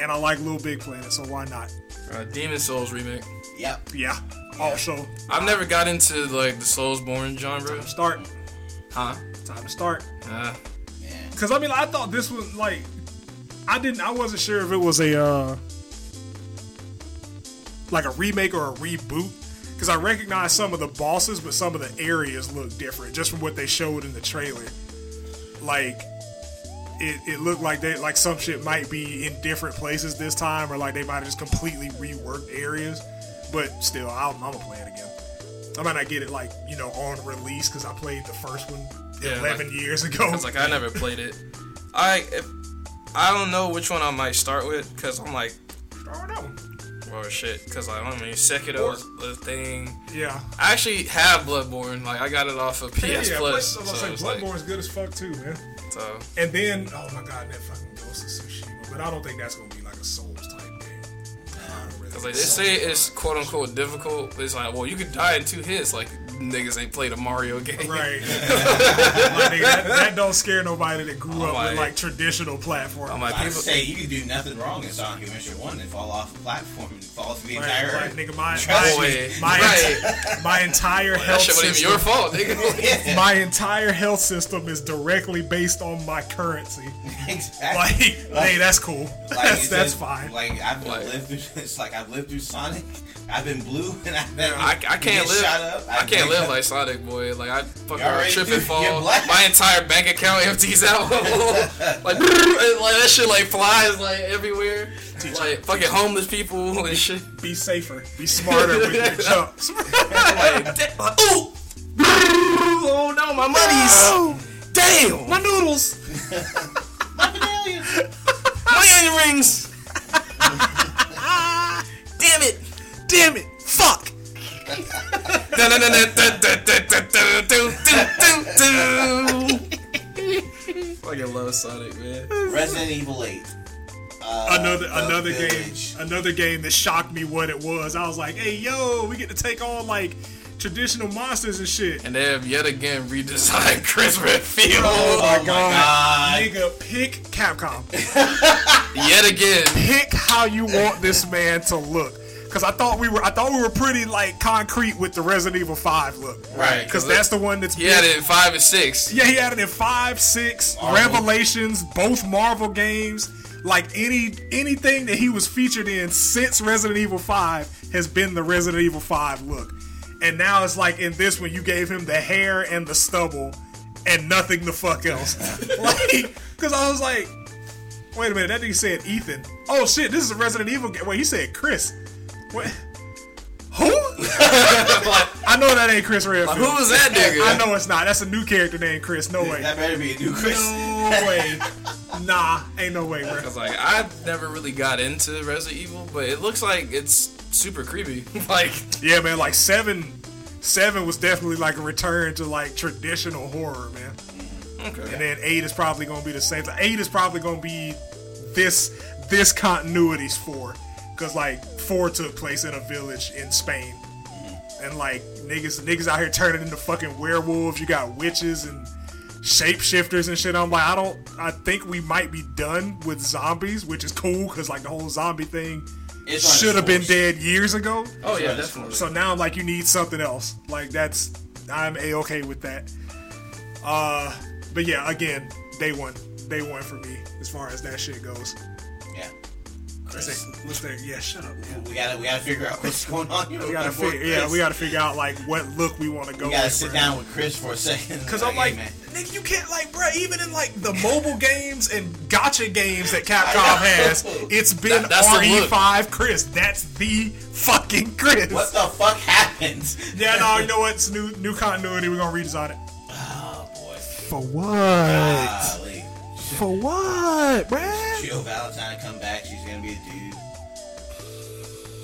Speaker 1: and I like Little Big Planet, so why not?
Speaker 4: Uh, Demon Souls remake.
Speaker 3: Yep.
Speaker 1: Yeah. Also,
Speaker 4: I've never got into like the Soulsborne genre.
Speaker 1: time to start.
Speaker 4: Huh?
Speaker 1: Time to start.
Speaker 4: Uh,
Speaker 3: Yeah.
Speaker 1: Cause I mean, I thought this was like, I didn't, I wasn't sure if it was a uh, like a remake or a reboot. because I recognize some of the bosses, but some of the areas look different just from what they showed in the trailer. Like it, it looked like they like some shit might be in different places this time, or like they might have just completely reworked areas. But still, I'll, I'm gonna play it again. I might not get it like you know on release because I played the first one
Speaker 4: Yeah,
Speaker 1: eleven
Speaker 4: like-
Speaker 1: years ago.
Speaker 4: Cause like I never played it. I if, I don't know which one I might start with because I'm like,
Speaker 1: I don't know.
Speaker 4: well shit, because I don't mean Sekiro is the thing.
Speaker 1: Yeah,
Speaker 4: I actually have Bloodborne. Like I got it off of PS
Speaker 1: yeah,
Speaker 4: Plus.
Speaker 1: I was
Speaker 4: so,
Speaker 1: like,
Speaker 4: it's like-
Speaker 1: Bloodborne's good as fuck too, man.
Speaker 4: so
Speaker 1: And then, oh my god, that fucking Ghost of Tsushima. But I don't think that's gonna be like a Souls type game. I don't really
Speaker 4: Cause like they say it's quote unquote difficult, but it's like, well, you could die in two hits. Like niggas ain't played a Mario game.
Speaker 1: Right. Like, nigga, that, that don't scare nobody that grew up
Speaker 4: like-
Speaker 1: with like traditional platforms.
Speaker 4: I'm like,
Speaker 3: I
Speaker 4: people,
Speaker 3: say you can do nothing wrong in Sonic Adventure 1 and fall off a platform and fall through the
Speaker 1: Like,
Speaker 3: entire
Speaker 1: like, nigga, my
Speaker 4: Trust
Speaker 1: my,
Speaker 4: me.
Speaker 1: my,
Speaker 4: Right.
Speaker 1: my entire
Speaker 4: that
Speaker 1: health
Speaker 4: shit wasn't
Speaker 1: system,
Speaker 4: even your fault, nigga.
Speaker 3: Yeah,
Speaker 1: my entire health system is directly based on my currency. Like,
Speaker 3: exactly.
Speaker 1: hey, that's cool. that's
Speaker 3: it's
Speaker 1: that's
Speaker 3: just-
Speaker 1: fine.
Speaker 3: Like I've been
Speaker 4: Like-
Speaker 3: lived through. It's like I've lived through Sonic. I've been blue, and I've been.
Speaker 4: I, I can't
Speaker 3: get
Speaker 4: live.
Speaker 3: Shot up.
Speaker 4: I can't
Speaker 3: wake
Speaker 4: live
Speaker 3: up-
Speaker 4: like Sonic Boy. Like I fucking
Speaker 3: You already
Speaker 4: trip
Speaker 3: do.
Speaker 4: and fall.
Speaker 3: You're black.
Speaker 4: My entire bank account empties out. like, like that shit like flies like everywhere. Like fucking homeless people and shit.
Speaker 1: Be safer. Be smarter with your jumps.
Speaker 4: Like, da- like, ooh, oh no, my money's damn, my noodles,
Speaker 3: I'm an alien.
Speaker 4: my onion rings. damn it, damn it, fuck. Fucking love Sonic, man.
Speaker 3: Resident Evil 8. Uh,
Speaker 1: another
Speaker 3: The
Speaker 1: another game
Speaker 3: Village.
Speaker 1: another game that shocked me what it was. I was like, hey yo, we get to take on like traditional monsters and shit.
Speaker 4: And they have yet again redesigned Chris Redfield.
Speaker 1: Oh my
Speaker 3: my
Speaker 1: god.
Speaker 3: God.
Speaker 1: Nigga, pick Capcom.
Speaker 4: Yet again.
Speaker 1: pick how you want this man to look. Cause I thought we were I thought we were pretty like concrete with the Resident Evil 5 look.
Speaker 3: Right.
Speaker 1: Cause that's the one that's
Speaker 4: He had
Speaker 1: big.
Speaker 4: it in five and six.
Speaker 1: Yeah, he had it in five, six, Revelations, both Marvel games. Like any anything that he was featured in since Resident Evil Five has been the Resident Evil Five look, and now it's like in this one you gave him the hair and the stubble, and nothing the fuck else. like, because I was like, wait a minute, that nigga said Ethan. Oh shit, this is a Resident Evil game. Wait, he said Chris. What? Who? I know that ain't Chris Redfield.
Speaker 4: Who was that nigga?
Speaker 1: I know it's not. That's a new character named Chris. No way.
Speaker 3: That better be a new Chris.
Speaker 1: No way. Nah, ain't no way, bro.
Speaker 4: Cause like I never really got into Resident Evil, but it looks like it's super creepy. like
Speaker 1: Yeah, man. Like seven, seven was definitely like a return to like traditional horror, man. And
Speaker 4: okay,
Speaker 1: then eight is probably gonna be the same. thing. Eight is probably gonna be this this continuity's four, cause like four took place in a village in Spain, and like niggas niggas out here turning into fucking werewolves. You got witches and shapeshifters and shit. I'm like, I don't. I think we might be done with zombies, which is cool, cause like the whole zombie thing
Speaker 3: It's on its
Speaker 1: should have been
Speaker 3: course.
Speaker 1: dead years ago.
Speaker 4: oh yeah,
Speaker 3: Right.
Speaker 4: definitely.
Speaker 1: So now I'm like, you need something else. Like that's, I'm a okay with that. Uh, but yeah, again, day one, day one for me as far as that shit goes.
Speaker 3: Yeah.
Speaker 1: That's
Speaker 3: Chris.
Speaker 1: it. What's there? Yeah, shut up.
Speaker 3: We gotta, we gotta figure out what's going on. here.
Speaker 1: We gotta
Speaker 3: Before
Speaker 1: figure, yeah,
Speaker 3: Chris.
Speaker 1: we gotta figure out like what look we want to go.
Speaker 3: We gotta
Speaker 1: with,
Speaker 3: sit
Speaker 1: bro.
Speaker 3: down with Chris for a second.
Speaker 1: Cause I'm like,
Speaker 3: hey, man.
Speaker 1: nigga, you can't like, bruh, Even in like the mobile games and gotcha games that Capcom has, it's been
Speaker 4: That- that's the look.
Speaker 1: RE5 Chris. That's the fucking Chris.
Speaker 3: what the fuck happened?
Speaker 1: Yeah, no, you know what? It's new, new continuity. We're gonna redesign it.
Speaker 3: Oh boy.
Speaker 1: For what?
Speaker 3: Golly.
Speaker 1: For what, bruh?
Speaker 3: Jill Valentine come back. She's gonna be a dude.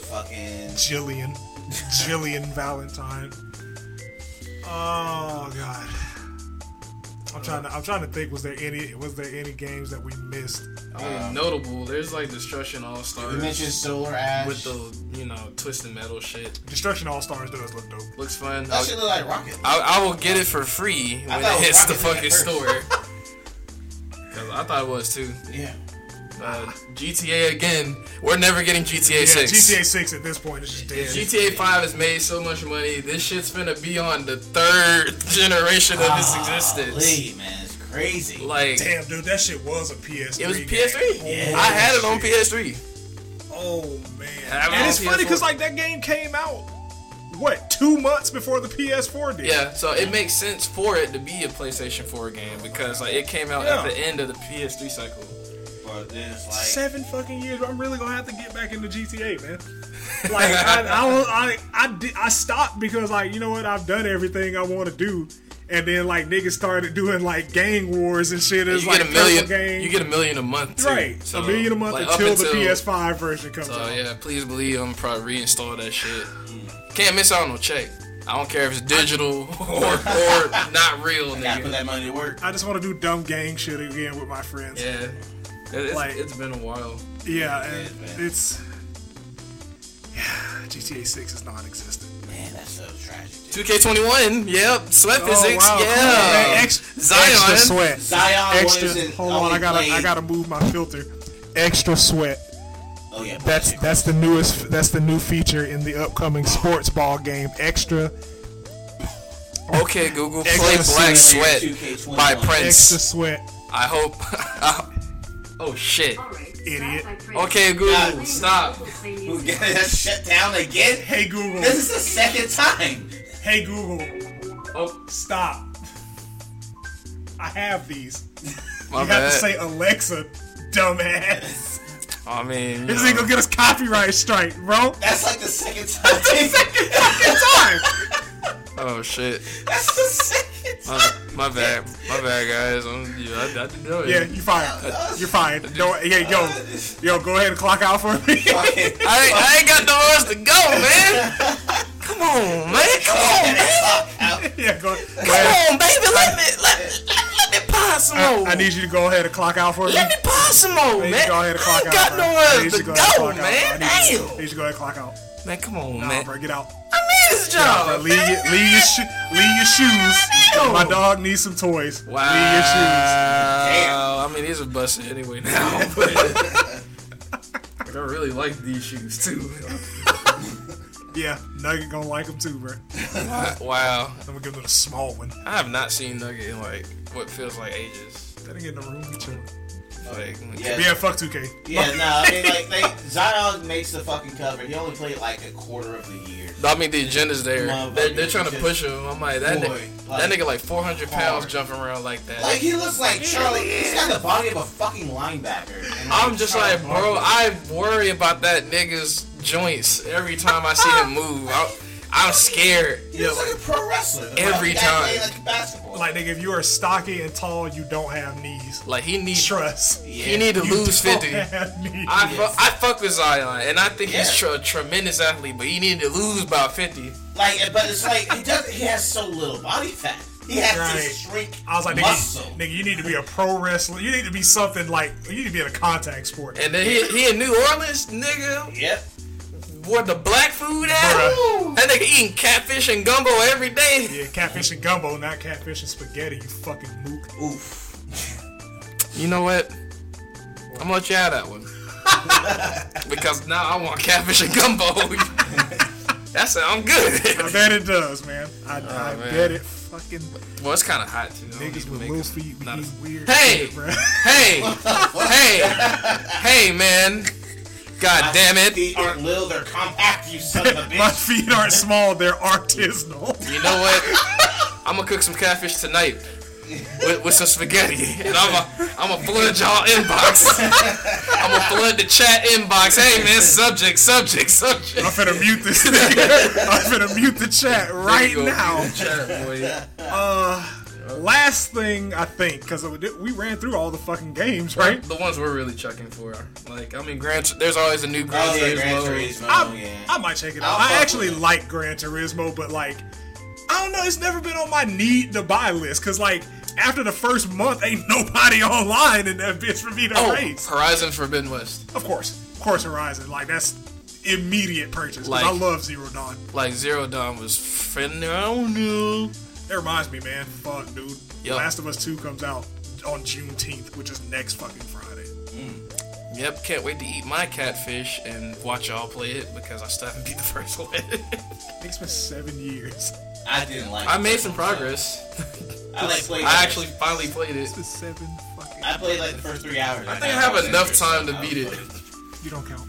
Speaker 3: Fucking.
Speaker 1: Jillian. Jillian Valentine. Oh god. I'm trying to I'm trying to think was there any was there any games that we missed?
Speaker 4: I mean, notable. There's like Destruction All
Speaker 3: We mentioned
Speaker 4: Stars
Speaker 3: Solar Ash.
Speaker 4: with the you know twisted metal shit.
Speaker 1: Destruction All Stars does look dope.
Speaker 4: Looks fun.
Speaker 3: that shit
Speaker 4: I'll-
Speaker 3: look like Rocket. League.
Speaker 4: I, I will get it for free
Speaker 3: I
Speaker 4: when
Speaker 3: thought
Speaker 4: it
Speaker 3: it was
Speaker 4: hits the
Speaker 3: Rocket
Speaker 4: fucking
Speaker 3: League at
Speaker 4: store. Cause I thought it was too.
Speaker 3: Yeah.
Speaker 4: Uh, GTA again. We're never getting GTA
Speaker 1: Yeah,
Speaker 4: six.
Speaker 1: GTA six at this point is just dead.
Speaker 4: GTA 5 has made so much money. This shit's gonna be on the third generation of its existence.
Speaker 3: Golly, Ah, man, it's crazy.
Speaker 4: Like,
Speaker 1: Damn dude, that shit was a PS3.
Speaker 4: it was
Speaker 1: game.
Speaker 4: PS3.
Speaker 1: Holy
Speaker 4: I had it on
Speaker 1: shit.
Speaker 4: PS3.
Speaker 1: Oh man.
Speaker 4: I have it
Speaker 1: And
Speaker 4: on
Speaker 1: it's funny
Speaker 4: PS4.
Speaker 1: because like that game came out what two months before the PS4 did.
Speaker 4: Yeah, so it makes sense for it to be a PlayStation 4 game because like it came out at
Speaker 1: Yeah.
Speaker 4: the end of the PS3 cycle.
Speaker 3: But then it's like
Speaker 1: Seven fucking years. I'm really gonna have to get back into GTA, man. Like I, I, was- I, I, did, I stopped because like you know what? I've done everything I want to do, and then like niggas started doing like gang wars and shit. It's
Speaker 4: You
Speaker 1: like
Speaker 4: get a
Speaker 1: purple
Speaker 4: million.
Speaker 1: Gang.
Speaker 4: You get a million a month. Too.
Speaker 1: right
Speaker 4: So,
Speaker 1: a million a month
Speaker 4: like, up
Speaker 1: until, the PS5 version comes
Speaker 4: So
Speaker 1: out.
Speaker 4: yeah, please believe I'm probably reinstall that shit. Can't miss out on no check. I don't care if it's digital or or not
Speaker 3: gotta
Speaker 4: real,
Speaker 3: put
Speaker 4: nigga.
Speaker 3: that money to work.
Speaker 1: I just want to do dumb gang shit again with my friends.
Speaker 4: Yeah, It- it's,
Speaker 1: Like-
Speaker 4: it's been a while.
Speaker 1: Yeah, and
Speaker 3: man.
Speaker 1: it's yeah, GTA 6 is non-existent.
Speaker 3: Man, that's so tragic. dude.
Speaker 4: 2K21. Yep, sweat physics.
Speaker 1: Oh, wow, cool, man.
Speaker 4: yeah,
Speaker 1: Ex-
Speaker 4: Zion.
Speaker 1: extra sweat.
Speaker 3: Zion
Speaker 1: Extra.
Speaker 3: wasn't
Speaker 1: Hold on,
Speaker 3: only
Speaker 1: I gotta
Speaker 3: played-
Speaker 1: I gotta move my filter. Extra sweat.
Speaker 3: Oh yeah,
Speaker 1: That's
Speaker 3: bullshit.
Speaker 1: that's the newest. That's the new feature in the upcoming sports ball game. Extra
Speaker 4: Okay, Google,
Speaker 1: Extra
Speaker 4: play
Speaker 3: sweat.
Speaker 4: Black Sweat
Speaker 3: 2K21.
Speaker 4: by Prince.
Speaker 1: extra sweat,
Speaker 4: I hope. oh shit.
Speaker 1: idiot.
Speaker 4: Okay, Google,
Speaker 3: God,
Speaker 4: stop.
Speaker 3: We got that shut down again.
Speaker 1: Hey Google.
Speaker 3: This is the second time.
Speaker 1: Hey Google.
Speaker 4: Oh,
Speaker 1: Stop. I have these.
Speaker 4: my
Speaker 1: You
Speaker 4: bad.
Speaker 1: have to say Alexa, dumbass.
Speaker 4: I mean, you
Speaker 1: This
Speaker 4: know.
Speaker 1: ain't gonna get us copyright strike, bro.
Speaker 3: That's like the second time.
Speaker 1: Time.
Speaker 4: oh shit.
Speaker 3: That's the second time.
Speaker 1: Uh,
Speaker 4: My, my bad. My bad, guys. I'm, yeah, I, I didn't know it.
Speaker 1: Yeah, you fired. You're fired. No, yeah, yo, yo, go ahead and clock out for me.
Speaker 3: Fucking-
Speaker 4: I, ain't- I ain't got nowhere else to go, man. Come on, man. Come on, man.
Speaker 1: yeah, go. go
Speaker 4: Come
Speaker 1: ahead.
Speaker 4: on, baby. Let me let me, let, let me pass some
Speaker 1: I,
Speaker 4: more.
Speaker 1: I need you to go ahead and clock out for me.
Speaker 4: Let me pass some more,
Speaker 1: I need you
Speaker 4: man.
Speaker 1: to go ahead and
Speaker 4: I
Speaker 1: clock out.
Speaker 4: ain't got
Speaker 1: bro. I
Speaker 4: nowhere
Speaker 1: need
Speaker 4: else
Speaker 1: you
Speaker 4: to
Speaker 1: go ahead and
Speaker 4: go,
Speaker 1: clock out,
Speaker 4: man.
Speaker 1: bro. I need, you-
Speaker 4: Damn.
Speaker 1: I need you to go ahead and clock out.
Speaker 4: Man, come on,
Speaker 1: Nah,
Speaker 4: man.
Speaker 1: bro, get out.
Speaker 4: I'm in this
Speaker 1: Nah,
Speaker 4: job.
Speaker 1: bro, leave your, leave your, sho- leave your shoes.
Speaker 4: Damn.
Speaker 1: My dog needs some toys.
Speaker 4: Wow.
Speaker 1: Leave your shoes.
Speaker 4: I mean, these are busted anyway now. But I really like these shoes too.
Speaker 1: Yeah, Nugget gonna like them too, bro. I'm
Speaker 4: Wow.
Speaker 1: gonna give them a small one.
Speaker 4: I have not seen Nugget in like what feels like ages.
Speaker 1: That ain't in the room. we chilling.
Speaker 4: Like,
Speaker 3: Yeah.
Speaker 1: Yeah, fuck 2K.
Speaker 3: Yeah, no, I mean, like, they, Zion makes the fucking cover. He only played like a quarter of the year.
Speaker 4: I mean, the agenda's there.
Speaker 3: Motherfucker,
Speaker 4: They're, they're trying to
Speaker 3: just-
Speaker 4: push him. I'm like, that,
Speaker 3: Boy,
Speaker 4: nigga,
Speaker 3: like,
Speaker 4: that nigga like 400 pounds
Speaker 3: hard.
Speaker 4: jumping around like that.
Speaker 3: Like, he looks like Charlie. He's got the body of a fucking linebacker. And,
Speaker 4: I'm just
Speaker 3: Charlie
Speaker 4: like, bro,
Speaker 3: Barkley.
Speaker 4: I worry about that nigga's joints every time I see him move. I, I'm scared.
Speaker 3: He looks like a pro wrestler. The fucking
Speaker 4: Every
Speaker 3: guy
Speaker 4: time.
Speaker 3: played, Like basketball.
Speaker 1: Like, nigga, if you are stocky and tall, you don't have knees.
Speaker 4: Like he needs,
Speaker 1: Trust.
Speaker 4: he need to
Speaker 1: You
Speaker 4: lose
Speaker 1: don't
Speaker 4: 50.
Speaker 1: have knees.
Speaker 4: I, fu- I fuck with Zion, and I think he's
Speaker 3: Yeah.
Speaker 4: tr- a tremendous athlete, but he needed to lose about 50.
Speaker 3: Like, but it's like he does. He has so little body fat. He has
Speaker 1: Right.
Speaker 3: to shrink
Speaker 1: I was like,
Speaker 3: muscle.
Speaker 1: nigga, nigga, you need to be a pro wrestler. You need to be something like you need to be in a contact sport.
Speaker 4: And then he, he in New Orleans, nigga,
Speaker 3: Yep.
Speaker 4: where the black food at?
Speaker 1: Bruh.
Speaker 4: That nigga eating catfish and gumbo every day.
Speaker 1: yeah, catfish and gumbo, not catfish and spaghetti. You fucking mook.
Speaker 3: Oof.
Speaker 4: You know what? I'm gonna let you have that one. because now I want catfish and gumbo. That's it, I'm
Speaker 1: I
Speaker 4: good.
Speaker 1: bet it does, man. I, I
Speaker 4: man.
Speaker 1: bet it fucking
Speaker 4: well, it's kind of hot too. I don't
Speaker 1: niggas
Speaker 4: even
Speaker 1: with
Speaker 4: make
Speaker 1: little
Speaker 4: this-
Speaker 1: feet be
Speaker 4: not a-
Speaker 1: eating weird.
Speaker 4: Hey!
Speaker 1: shit, bruh.
Speaker 4: Hey! hey! Hey, man! God damn it!
Speaker 3: Feet aren't little. They're compact. You son of a
Speaker 1: My
Speaker 3: bitch.
Speaker 1: feet aren't small; they're artisanal.
Speaker 4: You know what? I'm gonna cook some catfish tonight with, with some spaghetti, and I'm gonna I'm gonna flood y'all inbox. I'm gonna flood the chat inbox. Hey man, subject, subject, subject.
Speaker 1: I'm finna mute this. Nigga. I'm finna mute the chat right
Speaker 4: Go
Speaker 1: now.
Speaker 4: in the chat, boy.
Speaker 1: Last thing I think, because we ran through all the fucking games, right?
Speaker 4: The ones we're really checking for. Like, I mean, Gran, there's always a new Gran
Speaker 3: Oh, yeah, Gran
Speaker 4: Turismo.
Speaker 3: Turismo.
Speaker 1: I,
Speaker 3: Oh, yeah.
Speaker 1: I might check it
Speaker 3: I'll
Speaker 1: out.
Speaker 3: fuck
Speaker 1: I
Speaker 3: with
Speaker 1: actually
Speaker 3: it.
Speaker 1: like Gran Turismo, but like, I don't know. It's never been on my need to buy list because like after the first month, ain't nobody online in that bitch for me to
Speaker 4: Oh,
Speaker 1: race.
Speaker 4: Horizon Forbidden West.
Speaker 1: Of course, of course, Horizon. Like that's immediate purchase. 'cause I
Speaker 4: Like-
Speaker 1: love Zero Dawn.
Speaker 4: Like Zero Dawn was phenomenal.
Speaker 1: That reminds me, man. Fuck, dude.
Speaker 4: Yo.
Speaker 1: Last of Us Two comes out on Juneteenth, which is next fucking Friday.
Speaker 4: Yep, can't wait to eat my catfish and watch y'all play it because I still haven't beat the first one.
Speaker 1: It's been seven years.
Speaker 3: I didn't like.
Speaker 4: I
Speaker 3: it.
Speaker 4: made some progress.
Speaker 3: I like played.
Speaker 4: I actually finally played it.
Speaker 1: It's seven fucking.
Speaker 3: I played like the first three hours.
Speaker 4: I think I have enough time to beat it.
Speaker 1: You don't count.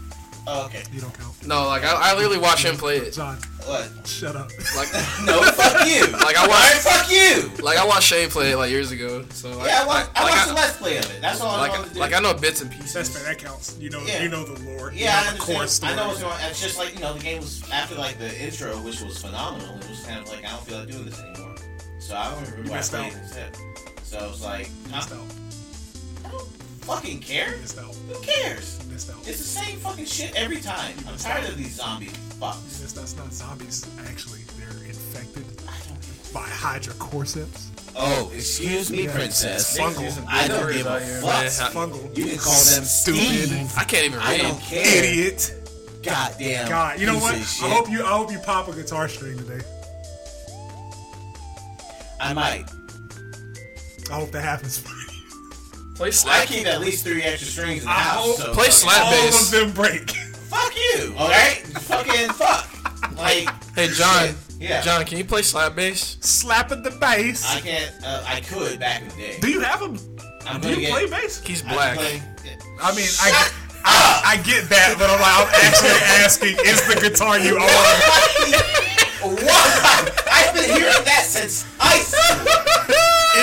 Speaker 3: Oh, okay.
Speaker 1: You don't count.
Speaker 4: No, like I, I literally watched him play it.
Speaker 1: John,
Speaker 3: What?
Speaker 1: Shut up.
Speaker 4: Like,
Speaker 3: No, fuck you.
Speaker 4: like I
Speaker 3: Alright,
Speaker 4: watched,
Speaker 3: fuck you.
Speaker 4: like I watched Shane play it like years ago. So like,
Speaker 3: Yeah, I watched,
Speaker 4: like,
Speaker 3: I
Speaker 4: like
Speaker 3: watched the Let's Play of it. That's all I
Speaker 4: like,
Speaker 3: wanted to do.
Speaker 4: like I know bits and pieces.
Speaker 1: That's fair. That counts. You know,
Speaker 3: Yeah.
Speaker 1: you know the lore.
Speaker 3: yeah, I
Speaker 1: you know the core
Speaker 3: understand.
Speaker 1: story.
Speaker 3: I know what's going on. It's just like, you know, the game was after like the intro, which was phenomenal. It was kind of like, I don't feel like doing this anymore. So I don't remember why I
Speaker 1: missed
Speaker 3: played
Speaker 1: out.
Speaker 3: this. yet. So I was like, I
Speaker 1: Missed out.
Speaker 3: I don't fucking care.
Speaker 1: Missed out.
Speaker 3: Who cares?
Speaker 1: Missed out.
Speaker 3: It's the same fucking shit every time. I'm tired of these zombie fucks.
Speaker 1: Yes, that's not zombies. Actually, they're infected
Speaker 3: I don't give
Speaker 1: by Hydra cordyceps.
Speaker 3: Oh, excuse me, princess.
Speaker 1: Fungal.
Speaker 3: I don't give a
Speaker 4: Man,
Speaker 3: fuck.
Speaker 4: I,
Speaker 1: Fungal.
Speaker 3: You can call them
Speaker 1: Stupid.
Speaker 3: stupid.
Speaker 4: I can't even
Speaker 3: I
Speaker 4: read.
Speaker 3: don't care.
Speaker 1: Idiot.
Speaker 3: Goddamn.
Speaker 1: God, you know
Speaker 3: piece
Speaker 1: what?
Speaker 3: of
Speaker 1: I
Speaker 3: shit.
Speaker 1: hope you. I hope you pop a guitar string today.
Speaker 3: I might.
Speaker 1: I hope that happens for you.
Speaker 4: Play
Speaker 3: I
Speaker 4: slap.
Speaker 3: keep at least three extra strings in the
Speaker 1: I hope-
Speaker 3: house. So
Speaker 4: Play
Speaker 3: fuck it.
Speaker 4: slap
Speaker 1: All of
Speaker 4: bass.
Speaker 1: them break.
Speaker 3: Fuck you. All right. Fucking fuck. Like
Speaker 4: Hey John,
Speaker 3: Yeah.
Speaker 4: John, can you play slap bass?
Speaker 1: Slapping the bass.
Speaker 3: I can't. Uh, I could back in the day.
Speaker 1: Do you have them?
Speaker 3: I'm
Speaker 1: Do
Speaker 3: gonna
Speaker 1: you
Speaker 3: get,
Speaker 1: play bass?
Speaker 4: He's
Speaker 3: I'm
Speaker 4: black.
Speaker 3: gonna-
Speaker 1: I mean, I, I, I get that, but I'm like, I'm actually asking, is the guitar you own?
Speaker 3: Why? I've been hearing that since high school.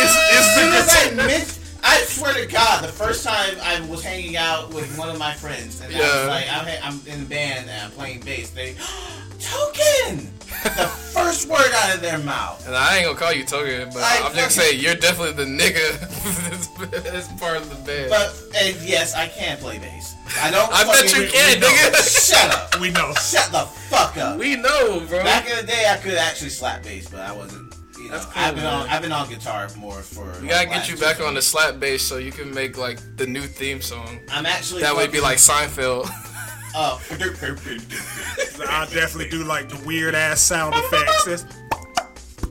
Speaker 1: Is, is the
Speaker 3: Because
Speaker 1: guitar?
Speaker 3: I missed. I swear to God, the first time I was hanging out with one of my friends, and I
Speaker 4: Yeah.
Speaker 3: was like, I'm, ha- I'm in a band and I'm playing bass. They, token. The first word out of their mouth.
Speaker 4: And I ain't gonna call you Toga, but
Speaker 3: I
Speaker 4: I am
Speaker 3: fucking-
Speaker 4: just saying you're definitely the nigga that's part of the band.
Speaker 3: But and yes, I can play bass. I don't.
Speaker 4: I bet
Speaker 3: fucking-
Speaker 4: you can,
Speaker 3: we don't.
Speaker 4: nigga.
Speaker 3: Shut up.
Speaker 1: We know.
Speaker 3: Shut the fuck up.
Speaker 4: we know, bro.
Speaker 3: Back in the day, I could actually slap bass, but I wasn't. You know,
Speaker 4: That's cool,
Speaker 3: I've been
Speaker 4: man.
Speaker 3: on. I've been on guitar more for.
Speaker 4: we gotta get you back on the slap bass so you can make like the new theme song.
Speaker 3: I'm actually.
Speaker 4: That would be like Seinfeld.
Speaker 3: Oh.
Speaker 1: I definitely do like the weird ass sound effects. That's-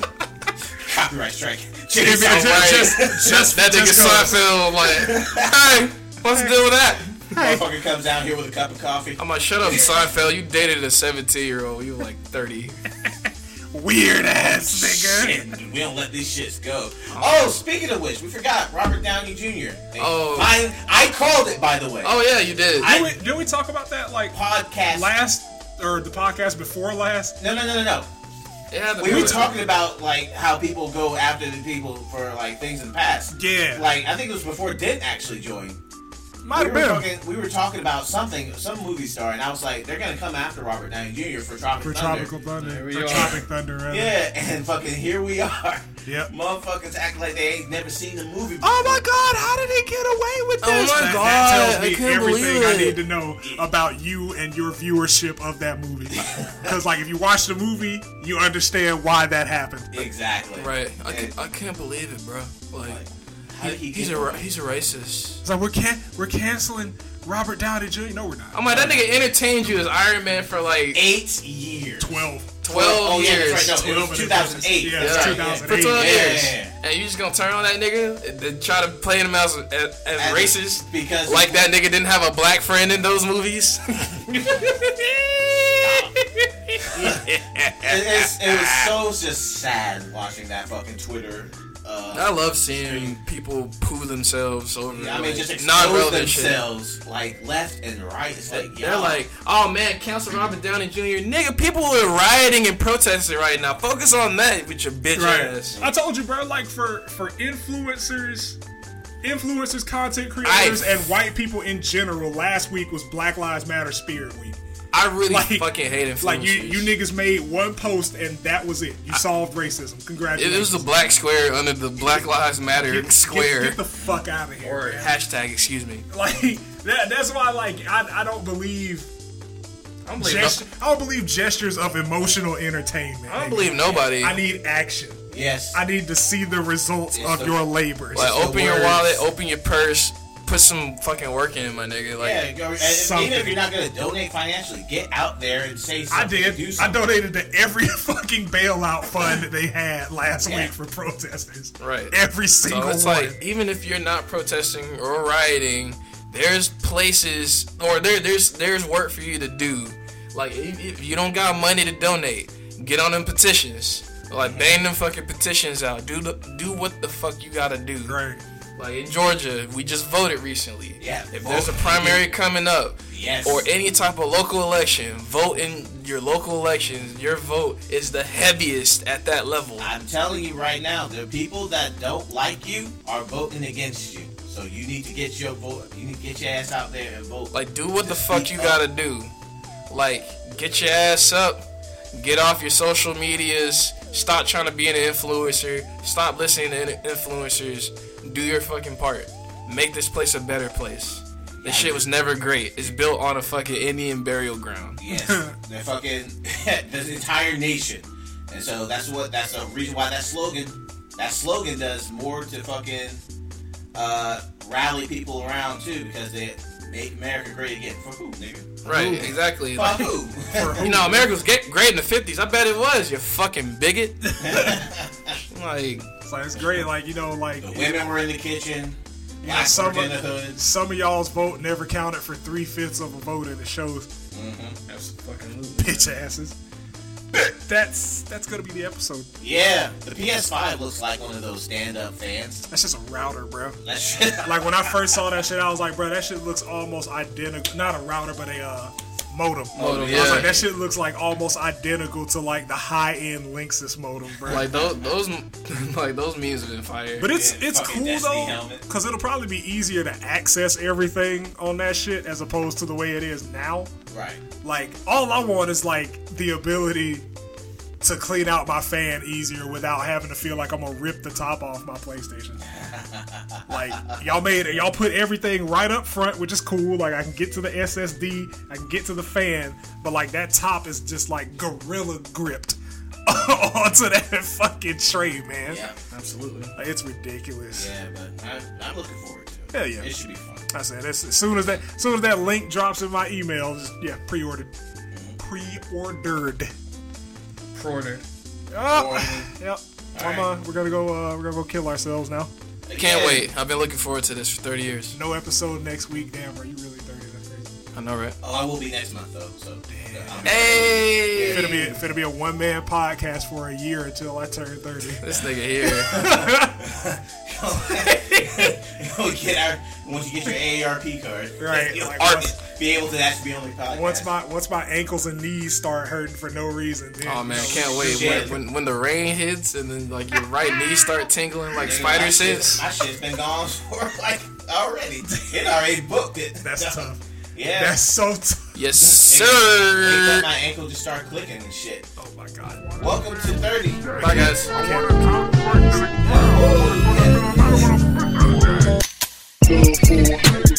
Speaker 3: Copyright strike.
Speaker 1: Give me a-
Speaker 4: Right.
Speaker 1: just, just, just,
Speaker 4: that nigga
Speaker 1: just go.
Speaker 4: Seinfeld like, hey, what's the deal with that?
Speaker 3: Motherfucker comes down here with a cup of coffee.
Speaker 4: I'm like, shut up, Seinfeld. You dated a 17 year old. You were like 30.
Speaker 1: Weird ass nigga.
Speaker 3: Shit, dude, we don't let these shits go. Oh, speaking of which, we forgot Robert Downey Jr. They
Speaker 4: Oh.
Speaker 3: fin- I called it, by the way.
Speaker 4: Oh yeah, you did.
Speaker 1: Did we, did we talk about that like
Speaker 3: Podcast.
Speaker 1: last or the podcast before last?
Speaker 3: no, no, no, no, no.
Speaker 4: yeah, the
Speaker 3: We were
Speaker 4: good.
Speaker 3: talking about like how people go after the people for like things in the past.
Speaker 1: Yeah.
Speaker 3: Like I think it was before Dent actually joined.
Speaker 1: Might
Speaker 3: we
Speaker 1: have
Speaker 3: were
Speaker 1: been.
Speaker 3: Talking, we were talking about something, some movie star, and I was like, they're gonna come after Robert Downey Jr. for Tropic
Speaker 1: For
Speaker 3: Thunder.
Speaker 1: Tropical Thunder.
Speaker 4: There we
Speaker 1: For
Speaker 4: are.
Speaker 1: Tropic Thunder, rather.
Speaker 3: Yeah, and fucking here we are.
Speaker 1: Yep.
Speaker 3: Motherfuckers act like they ain't never seen the movie. Before.
Speaker 1: Oh my god, how did he get away with
Speaker 4: Oh
Speaker 1: this?
Speaker 4: my
Speaker 1: that,
Speaker 4: God,
Speaker 1: that
Speaker 4: I
Speaker 1: tells me
Speaker 4: couldn't
Speaker 1: everything
Speaker 4: believe
Speaker 1: I need
Speaker 4: it.
Speaker 1: to know about you and your viewership of that movie. Because, like, if you watch the movie, you understand why that happened.
Speaker 3: Exactly.
Speaker 4: Right. I,
Speaker 3: And,
Speaker 4: can, I can't believe it, bro. Like,
Speaker 3: like, how did he
Speaker 4: he's
Speaker 3: get
Speaker 4: a
Speaker 3: away?
Speaker 4: ra- he's a racist.
Speaker 1: It's like, we're, can- we're canceling Robert Downey Jr. No, we're not.
Speaker 4: I'm like that nigga entertained you as Iron Man for like
Speaker 3: eight years?
Speaker 1: 12.
Speaker 4: 12
Speaker 3: oh, yeah,
Speaker 4: years.
Speaker 3: that's right. No, it
Speaker 1: 12
Speaker 3: was 2008.
Speaker 1: Yeah,
Speaker 3: That's
Speaker 1: it's
Speaker 3: right,
Speaker 1: 2008.
Speaker 4: For 12
Speaker 3: Yeah,
Speaker 4: years.
Speaker 3: yeah, yeah.
Speaker 4: And you just gonna turn on that nigga and then try to play him as, as, as
Speaker 3: As-
Speaker 4: racist?
Speaker 3: because-
Speaker 4: like that nigga didn't have a black friend in those movies.
Speaker 3: It, it's, it was so just sad watching that fucking Twitter. Uh,
Speaker 4: I love seeing people poo themselves over
Speaker 3: I mean, just
Speaker 4: like,
Speaker 3: expose
Speaker 4: non-relevant shit.
Speaker 3: themselves like left and right. It's like
Speaker 4: They're
Speaker 3: y'all-
Speaker 4: like, oh man, cancel Robert Downey Jr. Nigga, people are rioting and protesting right now. Focus on that with your bitch
Speaker 1: Right.
Speaker 4: ass.
Speaker 1: I told you, bro. Like for for influencers, influencers, content creators,
Speaker 4: I-
Speaker 1: and white people in general. Last week was Black Lives Matter Spirit Week.
Speaker 4: I really
Speaker 1: Like-
Speaker 4: fucking hate influencers.
Speaker 1: Like you, you niggas made one post and that was it. You solved racism.
Speaker 4: It
Speaker 1: Congratulations.
Speaker 4: was the black square under the Black Lives Matter
Speaker 1: Get,
Speaker 4: square
Speaker 1: get the fuck out of here.
Speaker 4: or
Speaker 1: man.
Speaker 4: hashtag. Excuse me.
Speaker 1: Like that, that's why. Like I, I don't believe.
Speaker 4: I don't believe, no-
Speaker 1: Gest- I don't believe gestures of emotional entertainment.
Speaker 4: I don't
Speaker 1: nigga.
Speaker 4: believe nobody.
Speaker 1: I need action.
Speaker 3: yes.
Speaker 1: I need to see the results
Speaker 3: It's
Speaker 1: of
Speaker 3: the-
Speaker 1: your labors.
Speaker 4: like
Speaker 3: the
Speaker 4: open your
Speaker 3: words.
Speaker 4: wallet, open your purse, put some fucking work in, my nigga. Like
Speaker 3: yeah, go- and if,
Speaker 1: something.
Speaker 3: even if you're not gonna donate financially, get out there and say
Speaker 1: I
Speaker 3: something.
Speaker 1: did.
Speaker 3: Do
Speaker 1: I
Speaker 3: something.
Speaker 1: donated to every fucking bailout fund that they had last
Speaker 3: Yeah.
Speaker 1: week for protesters.
Speaker 4: Right.
Speaker 1: Every single
Speaker 4: so it's
Speaker 1: one.
Speaker 4: like even if you're not protesting or rioting, there's places or there there's there's work for you to do. Like if, if you don't got money to donate, get on them
Speaker 1: Mhm.
Speaker 4: petitions. Like bang them fucking petitions out. Do the, do what the fuck you gotta do.
Speaker 1: right.
Speaker 4: Like in Georgia, we just voted recently.
Speaker 3: Yeah,
Speaker 4: If
Speaker 3: vote.
Speaker 4: there's a primary coming up
Speaker 3: Yes.
Speaker 4: or any type of local election, vote in your local elections. Your vote is the heaviest at that level.
Speaker 3: I'm telling you right now, the people that don't like you are voting against you. So you need to get your vote. You need to get your ass out there and vote.
Speaker 4: Like, do what the fuck you
Speaker 3: Speak up.
Speaker 4: gotta do. Like, get your ass up, get off your social medias, stop trying to be an influencer, stop listening to in- influencers, do your fucking part. Make this place a better place. This shit was never great. It's built on a fucking Indian burial ground.
Speaker 3: Yes, the fucking the entire nation, and so that's what that's the reason why that slogan that slogan does more to fucking uh, rally people around too because they make America great again for who nigga
Speaker 4: Right, exactly.
Speaker 3: for
Speaker 4: Like,
Speaker 3: who
Speaker 4: you know, America was get great in the 50s. I bet it was, you fucking bigot. like,
Speaker 1: It's like it's great. Like you know, like
Speaker 3: the women were in the kitchen,
Speaker 1: you know,
Speaker 3: blacks were
Speaker 1: some
Speaker 3: in the
Speaker 1: of,
Speaker 3: hoods.
Speaker 1: some of y'all's vote never counted for three fifths of a vote, and it shows
Speaker 4: that's fucking
Speaker 1: bitch asses. That's that's gonna be the episode.
Speaker 3: Yeah, the PS5 looks like one of those stand-up fans.
Speaker 1: That's just a router, bro.
Speaker 3: That shit.
Speaker 1: Like when I first saw that shit, I was like, bro, that shit looks almost identical. Not a router, but a uh, modem.
Speaker 4: Modem,
Speaker 1: I was
Speaker 4: yeah.
Speaker 1: like, that shit looks like almost identical to like the high end Linksys modem, bro.
Speaker 4: Like, those, those, like, those memes have been fired.
Speaker 1: but it's
Speaker 3: Yeah,
Speaker 1: it's
Speaker 3: fucking
Speaker 1: cool
Speaker 3: Destiny
Speaker 1: though,
Speaker 3: helmet.
Speaker 1: because it'll probably be easier to access everything on that shit as opposed to the way it is now.
Speaker 3: right.
Speaker 1: Like all I want is like the ability to clean out my fan easier without having to feel like I'm gonna rip the top off my PlayStation. like y'all made it, y'all put everything right up front, which is cool. Like I can get to the SSD, I can get to the fan, but like that top is just like gorilla gripped onto that fucking tray, man.
Speaker 3: Yeah.
Speaker 4: Absolutely.
Speaker 1: Like, it's ridiculous.
Speaker 3: Yeah, but I, I'm looking forward to it.
Speaker 1: Hell yeah.
Speaker 3: It should be fun.
Speaker 1: I said that's as soon as that as soon as that link drops in my email, just yeah, pre-ordered.
Speaker 3: Mm-hmm.
Speaker 1: Pre-ordered.
Speaker 4: Porter.
Speaker 1: Oh,
Speaker 3: Or-
Speaker 1: yep.
Speaker 3: All
Speaker 1: Mama, we're gonna go. Uh, we're gonna go kill ourselves now.
Speaker 4: Can't
Speaker 3: Yeah.
Speaker 4: wait. I've been looking forward to this for 30 years.
Speaker 1: No episode next week. Damn, bro, you really dirty. That's crazy.
Speaker 4: I know, right?
Speaker 3: Oh, I will be next month though. So I'm-
Speaker 4: Hey!
Speaker 1: It'll be it'll be a one man podcast for a year until I turn thirty.
Speaker 4: This nigga here.
Speaker 3: We'll get our once you get your AARP card,
Speaker 1: Right,
Speaker 3: You'll
Speaker 1: like,
Speaker 3: art- be able to that's be on the podcast.
Speaker 1: Once my once my ankles and knees start hurting for no reason. Then,
Speaker 4: Oh man, can't wait.
Speaker 3: Yeah.
Speaker 4: When, when, when the rain hits and then like your right knee start tingling like
Speaker 3: Nigga,
Speaker 4: spider
Speaker 3: my shit-
Speaker 4: sense.
Speaker 3: My shit's been gone for like already. It already booked it.
Speaker 1: That's
Speaker 3: So,
Speaker 1: tough.
Speaker 3: Yeah.
Speaker 1: That's so. tough.
Speaker 4: Yes,
Speaker 3: Nigga, wake up,
Speaker 4: sir.
Speaker 3: my ankle just started clicking and shit.
Speaker 1: Oh my god.
Speaker 3: Welcome to thirty.
Speaker 4: Bye guys.
Speaker 3: Oh, yeah.
Speaker 5: Thank you.